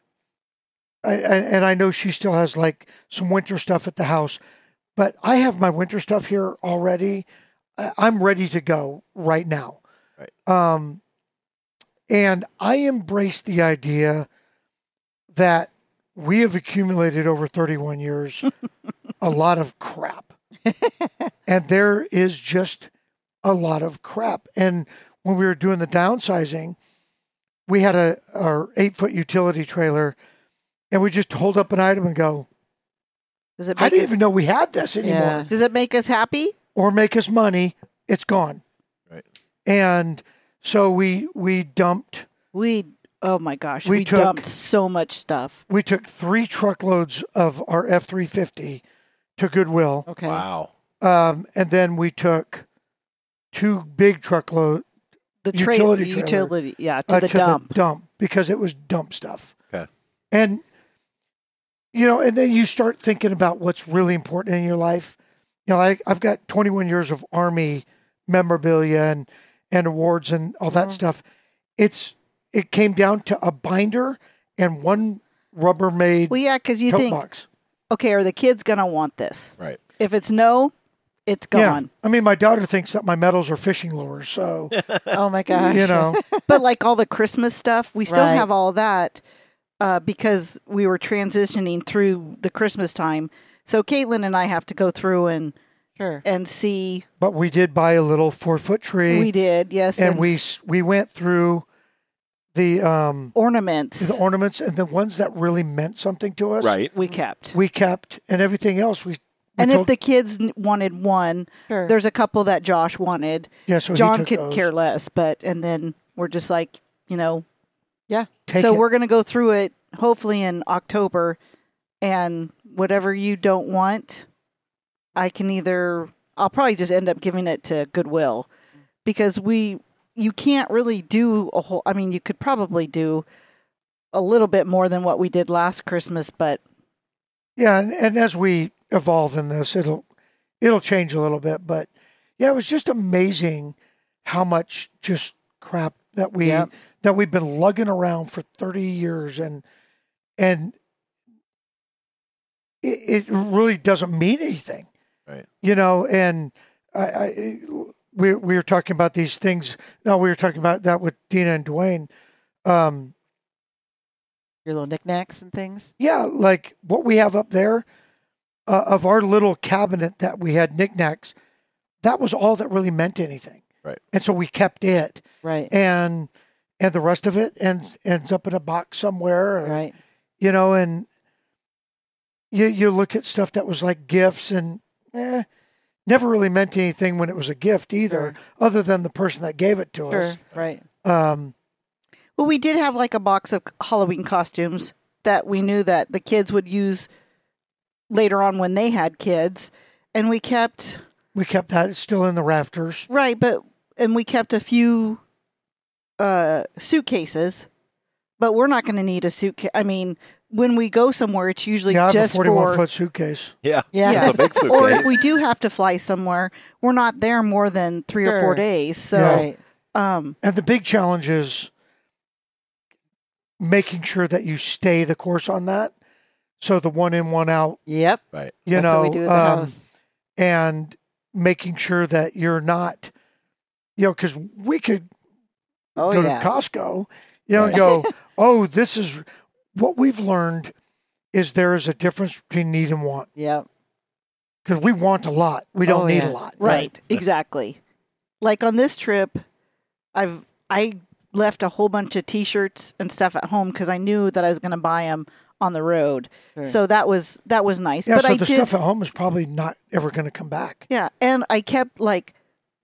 C: I, I and I know she still has like some winter stuff at the house, but I have my winter stuff here already. I- I'm ready to go right now.
A: Right.
C: Um, and I embrace the idea that we have accumulated over 31 years a lot of crap. and there is just a lot of crap. And when we were doing the downsizing, we had a our eight foot utility trailer and we just hold up an item and go,
D: does it
C: I
D: make
C: didn't
D: us,
C: even know we had this anymore
B: Yeah.
D: does it make us happy?
C: or make us money, it's gone.
A: Right.
C: And so we we dumped
D: We oh my gosh,
C: We
D: we,
C: took-
D: dumped so much stuff.
C: we took three truckloads of our F three fifty to Goodwill.
B: Okay.
A: Wow.
C: Um, and then we took two big truckload
D: The
C: Utility
D: trailer,
C: trailer.
D: utility, yeah, to
C: uh,
D: the dump.
C: the dump because it was dump stuff.
A: Okay.
C: And you know, and then you start thinking about what's really important in your life. You know, I, I've got 21 years of Army memorabilia and and awards and all
D: Mm-hmm.
C: that stuff. It's it came down to a binder and one Rubbermaid
D: well, yeah, because you
C: tote
D: think,
C: box.
D: okay, are the kids gonna want this?
A: Right.
D: If it's no, it's gone.
C: Yeah, I mean, my daughter thinks that my medals are fishing lures, so
B: Oh my gosh.
C: you know,
D: but like all the Christmas stuff, we still
B: Right.
D: have all that uh, because we were transitioning through the Christmas time. So Caitlin and I have to go through and
B: Sure.
D: and see.
C: but we did buy a little four foot tree,
D: We did, yes,
C: and we s- we went through the um
D: ornaments
C: the ornaments and the ones that really meant something to us
A: Right.
D: we kept.
C: we kept and everything else we, we
D: and if
C: told,
D: the kids n- wanted one,
B: Sure.
D: there's a couple that Josh wanted.
C: yeah, so Oh, he
D: John
C: took
D: could
C: those.
D: care less, but and then we're just like, you know,
C: Take
D: so
C: it.
D: we're going to go through it hopefully in October and whatever you don't want I can either I'll probably just end up giving it to Goodwill because we you can't really do a whole I mean you could probably do a little bit more than what we did last Christmas but
C: yeah and, and as we evolve in this it'll it'll change a little bit but yeah it was just amazing how much just crap that we
B: Yep.
C: that we've been lugging around for 30 years and and it, it really doesn't mean anything
A: Right.
C: you know and i, I we, we were talking about these things no we were talking about that with dina and dwayne um
B: Your little knickknacks and things.
C: Yeah, like what we have up there uh, of our little cabinet that we had knickknacks, that was all that really meant anything.
A: Right.
C: And so we kept it
B: Right.
C: and and the rest of it ends ends up in a box somewhere. or-
B: Right.
C: You know, and you you look at stuff that was like gifts and eh, never really meant anything when it was a gift either, other than the person that gave it to
B: Sure.
C: us.
B: Right.
C: Um
D: well we did have like a box of Halloween costumes that we knew that the kids would use later on when they had kids and we kept
C: we kept that it's still in the rafters.
D: Right, but and we kept a few uh suitcases, but we're not going to need a suitcase. I mean, when we go somewhere, it's usually
C: yeah, I have a
D: just
C: forty one
D: for.
C: foot suitcase.
A: Yeah.
B: Yeah.
D: Yeah.
A: That's a big suitcase.
D: Or if we do have to fly somewhere, we're not there more than three or
B: Sure.
D: four days. So,
C: Yeah.
B: Right.
D: um,
C: And the big challenge is making sure that you stay the course on that. So the one in, one out,
B: Yep.
A: right.
C: you
B: That's
C: know,
B: what we do at the
C: um,
B: house.
C: and making sure that you're not, you know, because we could
B: Oh
C: go
B: yeah.
C: to Costco, you know, and
A: Right.
C: go, oh, this is what we've learned is there is a difference between need and want
B: Yeah.
C: because we want a lot, we don't
B: Oh,
C: need
B: yeah.
C: a lot.
D: Right, exactly. Like on this trip, I've I left a whole bunch of t-shirts and stuff at home cuz I knew that I was going to buy them on the road.
B: Sure.
D: So that was that was nice.
C: Yeah,
D: but
C: so
D: I
C: the
D: did
C: stuff at home is probably not ever going to come back.
D: Yeah, and I kept like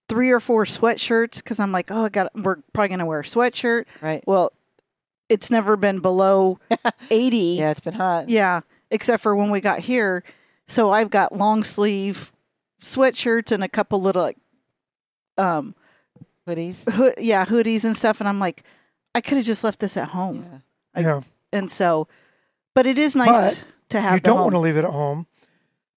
D: three or four sweatshirts cuz I'm like, "Oh, I got we're probably going to wear a sweatshirt."
B: Right.
D: Well, it's never been below 80.
B: Yeah, it's been hot.
D: Yeah, except for when we got here. So I've got long sleeve sweatshirts and a couple little like, um
B: Hoodies.
D: hoo- yeah, hoodies and stuff and I'm like I could have just left this at home.
B: Yeah.
D: I-
C: yeah,
D: And so but it is nice
C: But
D: to have
C: you
D: them
C: don't want to
D: home.
C: leave it at home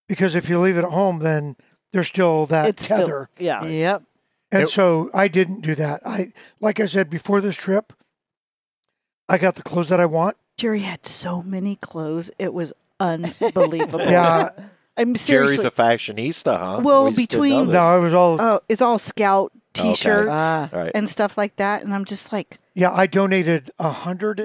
C: because if you leave it at home, then there's still that
D: it's
C: tether.
D: still yeah.
B: Yep.
C: And
A: It-
C: so I didn't do that. I like I said before this trip, I got the clothes that I want.
D: Jerry had so many clothes. It was unbelievable.
C: Yeah,
D: I'm
A: Jerry's
D: seriously
A: a fashionista, huh?
D: Well,
A: We just didn't know
D: between-
A: this.
C: no, it was all.
D: Oh, it's all scout
A: Okay.
D: t-shirts
B: Ah.
A: All right.
D: and stuff like that and I'm just like,
C: Yeah, I donated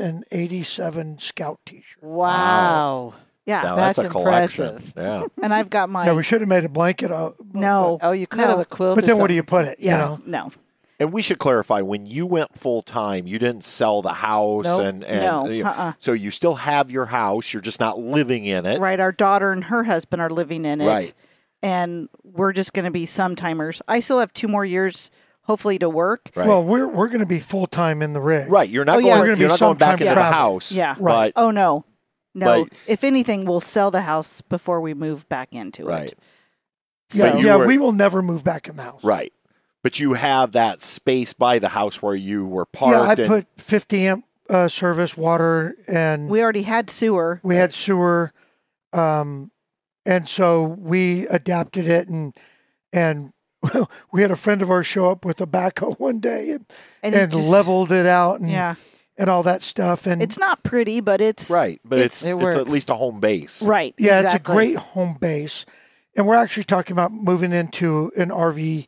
C: 187 Scout T-shirts.
B: Wow.
D: yeah.
A: Now
B: that's
A: that's, a collection.
B: impressive.
A: Yeah.
D: And I've got my
C: Yeah, we should have made a blanket. Uh,
D: No.
B: Oh, you could
D: No.
B: have a quilt.
C: but
B: or
C: then where do you
B: something.
C: put it? You
D: Yeah.
C: know,
D: No.
A: And we should clarify when you went full time, you didn't sell the house
B: Nope.
A: and, and
D: No,
A: you know,
D: uh-uh.
A: so you still have your house, you're just not living in it.
D: Right. Our daughter and her husband are living in it.
A: Right.
D: And we're just going to be some timers. I still have two more years, hopefully, to work.
A: Right.
C: well, we're we're going to be full time in the rig.
A: Right, You're not
D: Oh, yeah. We're
A: going
C: gonna
A: you're
C: be
A: not going back
C: sometime
A: into the
C: traveling.
A: house.
D: Yeah.
C: Right.
A: But
D: Oh, no. No.
A: But-
D: if anything, we'll sell the house before we move back into
A: right.
D: it.
C: Yeah,
A: But you
C: yeah,
A: were-
C: we will never move back in the house.
A: Right. But you have that space by the house where you were parked.
C: Yeah, I
A: and-
C: put 50 amp uh, service, water, and we,
D: We already had sewer.
C: had sewer, um, and so we adapted it and and. We had a friend of ours show up with a backhoe one day and,
D: And,
C: and, Mm-hmm.
D: it just-
C: leveled it out and,
D: Yeah.
C: and all that stuff. And
D: It's not pretty, but it's.
A: right. But
D: It's-
A: it's
B: It
A: it's,
B: works.
A: at least a home base.
D: Right.
C: Yeah, it's a
D: exactly.
C: great home base, and we're actually talking about moving into an RV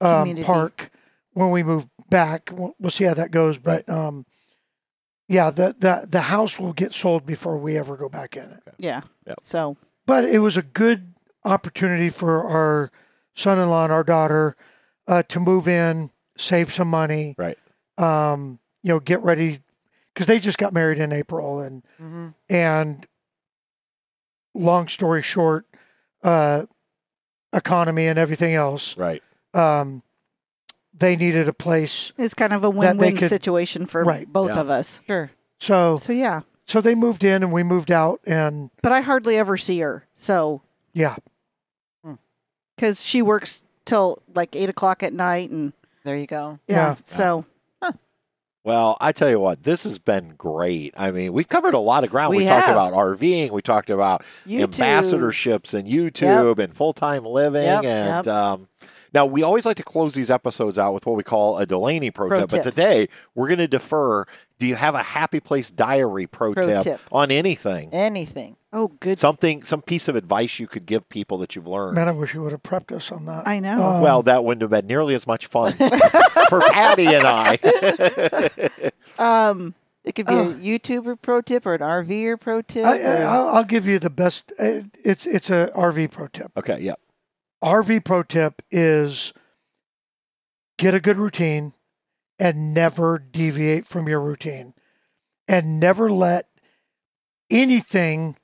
C: um,
D: Community.
C: park when we move back. We'll, we'll see how that goes, but um, yeah, the, the the house will get sold before we ever go back in it.
D: Yeah.
A: Yep.
D: So,
C: But it was a good opportunity for our son-in-law and our daughter uh, to move in, save some money,
A: Right.
C: um, you know, get ready because they just got married in April and
B: Mhm.
C: and long story short, uh, economy and everything else,
A: Right.
C: um, they needed a place.
D: it's kind of a
C: That
D: win
C: they
D: win
C: could-
D: situation for
C: Right.
D: both
A: Yeah.
D: of us.
B: Sure.
C: So,
D: So, yeah.
C: so they moved in and we moved out, and
D: But I hardly ever see her. So,
C: yeah,
D: because she works till like eight o'clock at night, and
B: There you go.
D: yeah,
C: Yeah.
D: so
A: Well, I tell you what, this has been great. I mean, we've covered a lot of ground. We,
B: We
A: talked
B: have.
A: about RVing, we talked about
B: YouTube.
A: ambassadorships and YouTube and full time living.
B: Yep,
A: and um, now we always like to close these episodes out with what we call a Delaney pro,
B: Pro
A: tip. But
B: tip.
A: today we're going to defer. Do you have a happy place diary pro,
B: Pro
A: tip,
B: tip.
A: on anything?
B: Anything.
D: oh, good.
A: Something, some piece of advice you could give people that you've learned.
C: man, I wish you would have prepped us on that.
D: I know.
C: Um,
A: well, that wouldn't have been nearly as much fun for Patty and I.
D: Um,
B: It could be a YouTuber pro tip or an RVer pro tip.
C: I,
B: or-
C: I, I'll give you the best. uh, It's it's a RV pro tip.
A: okay, yeah,
C: RV pro tip is get a good routine and never deviate from your routine and never let anything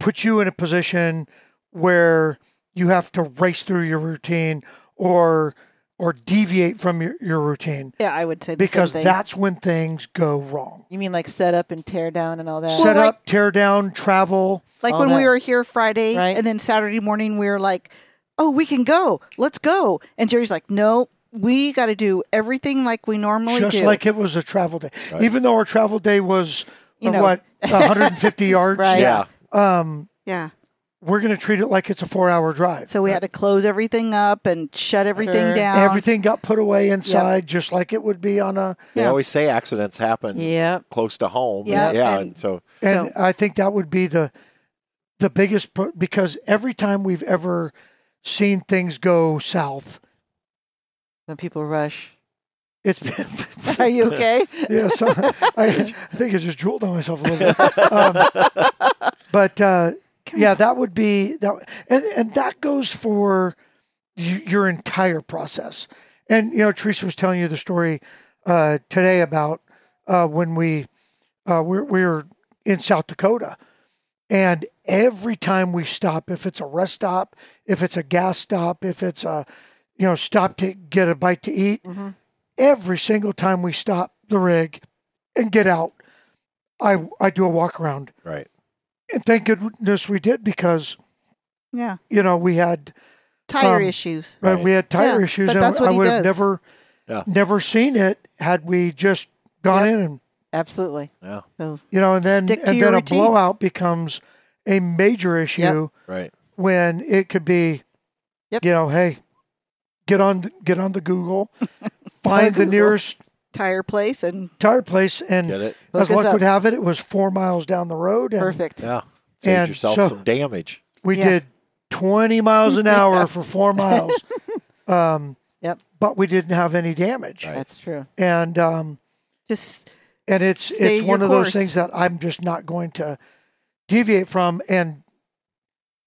C: put you in a position where you have to race through your routine or or deviate from your, your routine
D: yeah, I would say the
C: because
D: same thing.
C: that's when things go wrong.
B: you mean like set up and tear down and all that?
C: Set
D: like-
C: up, tear down, travel.
D: like
B: all
D: when we
B: that-
D: were here Friday,
B: Right.
D: and then Saturday morning we were like, oh, we can go, let's go, and Jerry's like, no, we got to do everything like we normally
C: just
D: do.
C: like it was a travel day.
A: Right.
C: Even though our travel day was
D: You
C: uh,
D: know.
C: what 150 yards,
B: Right.
A: yeah.
C: um,
D: yeah,
C: we're going to treat it like it's a four-hour drive.
D: so uh, we had to close everything up and shut everything
B: Sure.
D: down.
C: Everything got put away inside, just like it would be on a.
A: They
D: Yeah.
A: always say accidents happen
B: Yep.
A: close to home.
D: Yeah,
A: yeah,
D: and-
A: and so
C: And
D: So-
C: I think that would be the the biggest pro- because every time we've ever seen things go south,
B: When people rush.
C: It's been
B: Are you okay?
C: yeah, so I, I think I just drooled on myself a little bit. Um, but uh, yeah, that would be that, and, and that goes for y- your entire process. And you know, Teresa was telling you the story uh, today about uh, when we uh, we're, we're in South Dakota, and every time we stop, if it's a rest stop, if it's a gas stop, if it's a you know stop to get a bite to eat,
B: Mhm.
C: every single time we stop the rig and get out, I I do a walk around,
A: Right.
C: and thank goodness we did because
D: Yeah.
C: you know we had
D: Tire
C: Um,
D: issues.
C: uh,
A: Right.
C: we had tire
D: Yeah,
C: issues,
D: but
C: and
D: that's what
C: I
D: he
C: would have
D: does.
C: never
A: Yeah.
C: never seen it had we just gone in and
B: Absolutely.
A: Yeah.
B: So
C: you know, and then
D: Stick to
C: and
D: your
C: then a
D: routine.
C: blowout becomes a major issue
A: Right.
C: when it could be,
B: Yep.
C: you know, hey, get on get on the Google, find the
B: Google.
C: nearest
D: Tire place and
C: tire place, and
A: Get it?
C: as
B: Focus
C: luck
B: up.
C: would have it, it was four miles down the road, and
B: perfect.
A: Yeah. Saved
C: And
A: yourself
C: so-
A: some damage.
C: we
D: Yeah.
C: did twenty miles an hour for four miles. Um,
B: Yep.
C: but we didn't have any damage,
A: Right.
B: That's true.
C: and um,
D: just
C: and it's
D: Stay
C: it's
D: your
C: one of those
D: course.
C: things that I'm just not going to deviate from. And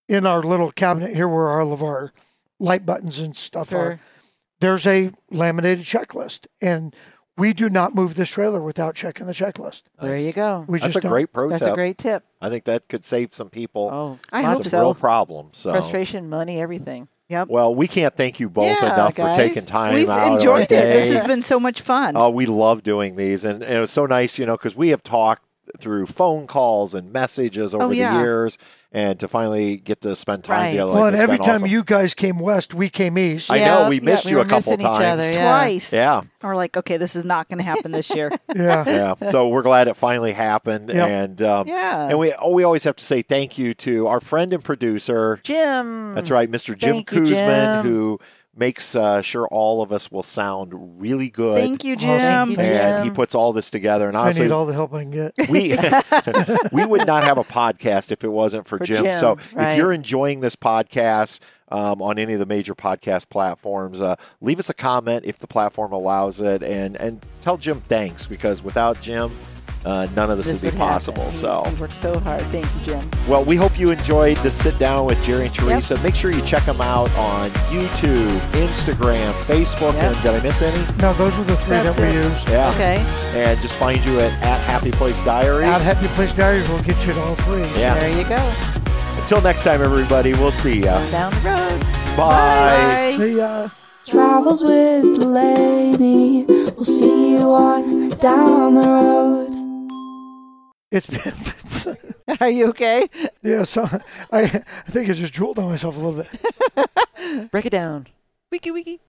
C: in our little cabinet here, where all of our light buttons and stuff
B: Sure.
C: are, there's a laminated checklist, and we do not move this trailer without checking the checklist.
B: There
A: Nice.
B: you go.
C: We
A: That's
C: just
A: a
C: don't.
A: great pro
B: That's
A: tip.
B: a great tip.
A: I think that could save some people
B: Oh,
D: I
A: some
D: hope
B: lots of
D: so.
A: real problems. So.
B: Frustration, money, everything.
A: Well, we can't thank you both
B: Yeah,
A: enough
B: guys.
A: for taking time
D: we've
A: out. of
D: enjoyed
A: our
D: it.
A: Day.
D: This has been so much fun.
A: Oh, we love doing these, and, and it was so nice, you know, because we have talked through phone calls and messages over
D: Oh,
A: the
D: yeah.
A: years, and to finally get to spend time
B: Right.
A: together.
C: well,
A: like
C: and
A: this
C: every
A: has been
C: time
A: awesome.
C: you guys came west, we came east.
A: I know, we missed you
B: were
A: a couple
B: missing each
A: times.
B: other, yeah.
D: Twice.
A: yeah,
D: And we're like, okay, this is not going to happen this year.
C: yeah,
A: yeah. so we're glad it finally happened,
C: Yep.
A: and um,
B: Yeah.
A: and we oh, we always have to say thank you to our friend and producer.
B: Jim.
A: That's right, Mr. Jim
B: Thank you,
A: Kuzman,
B: Jim.
A: who makes uh, sure all of us will sound really good.
D: Thank you, Jim.
B: Awesome. Thank you,
A: And he
B: Jim.
A: puts all this together, and
C: I
A: honestly,
C: need all the help I can get.
A: we we would not have a podcast if it wasn't for,
B: For
A: Jim.
B: Jim,
A: So if
B: right.
A: you're enjoying this podcast um, on any of the major podcast platforms, uh, leave us a comment if the platform allows it, and and tell Jim thanks because without Jim. Uh, none of this, would
B: This
A: be
B: would happen.
A: possible.
B: He-
A: So,
B: he worked so hard. Thank you, Jim.
A: well, we hope you enjoyed the sit down with Jerry and Teresa. Make sure you check them out on YouTube, Instagram, Facebook.
B: Yep.
A: And did I miss any?
C: No, those were the three
B: That's
C: that we
B: it.
C: used.
A: Yeah.
B: Okay.
A: And just find you at, at Happy Place Diaries.
C: At Happy Place Diaries, we'll get you to all three.
A: Yeah.
B: There you go.
A: Until next time, everybody, we'll see ya.
B: Down the road.
A: Bye.
C: See uh, ya.
E: Travels with the lady. We'll see you on down the road.
C: It's been.
B: Are you okay?
C: Yeah, so I, I think I just drooled on myself a little bit.
B: Break it down. Wiki wiki.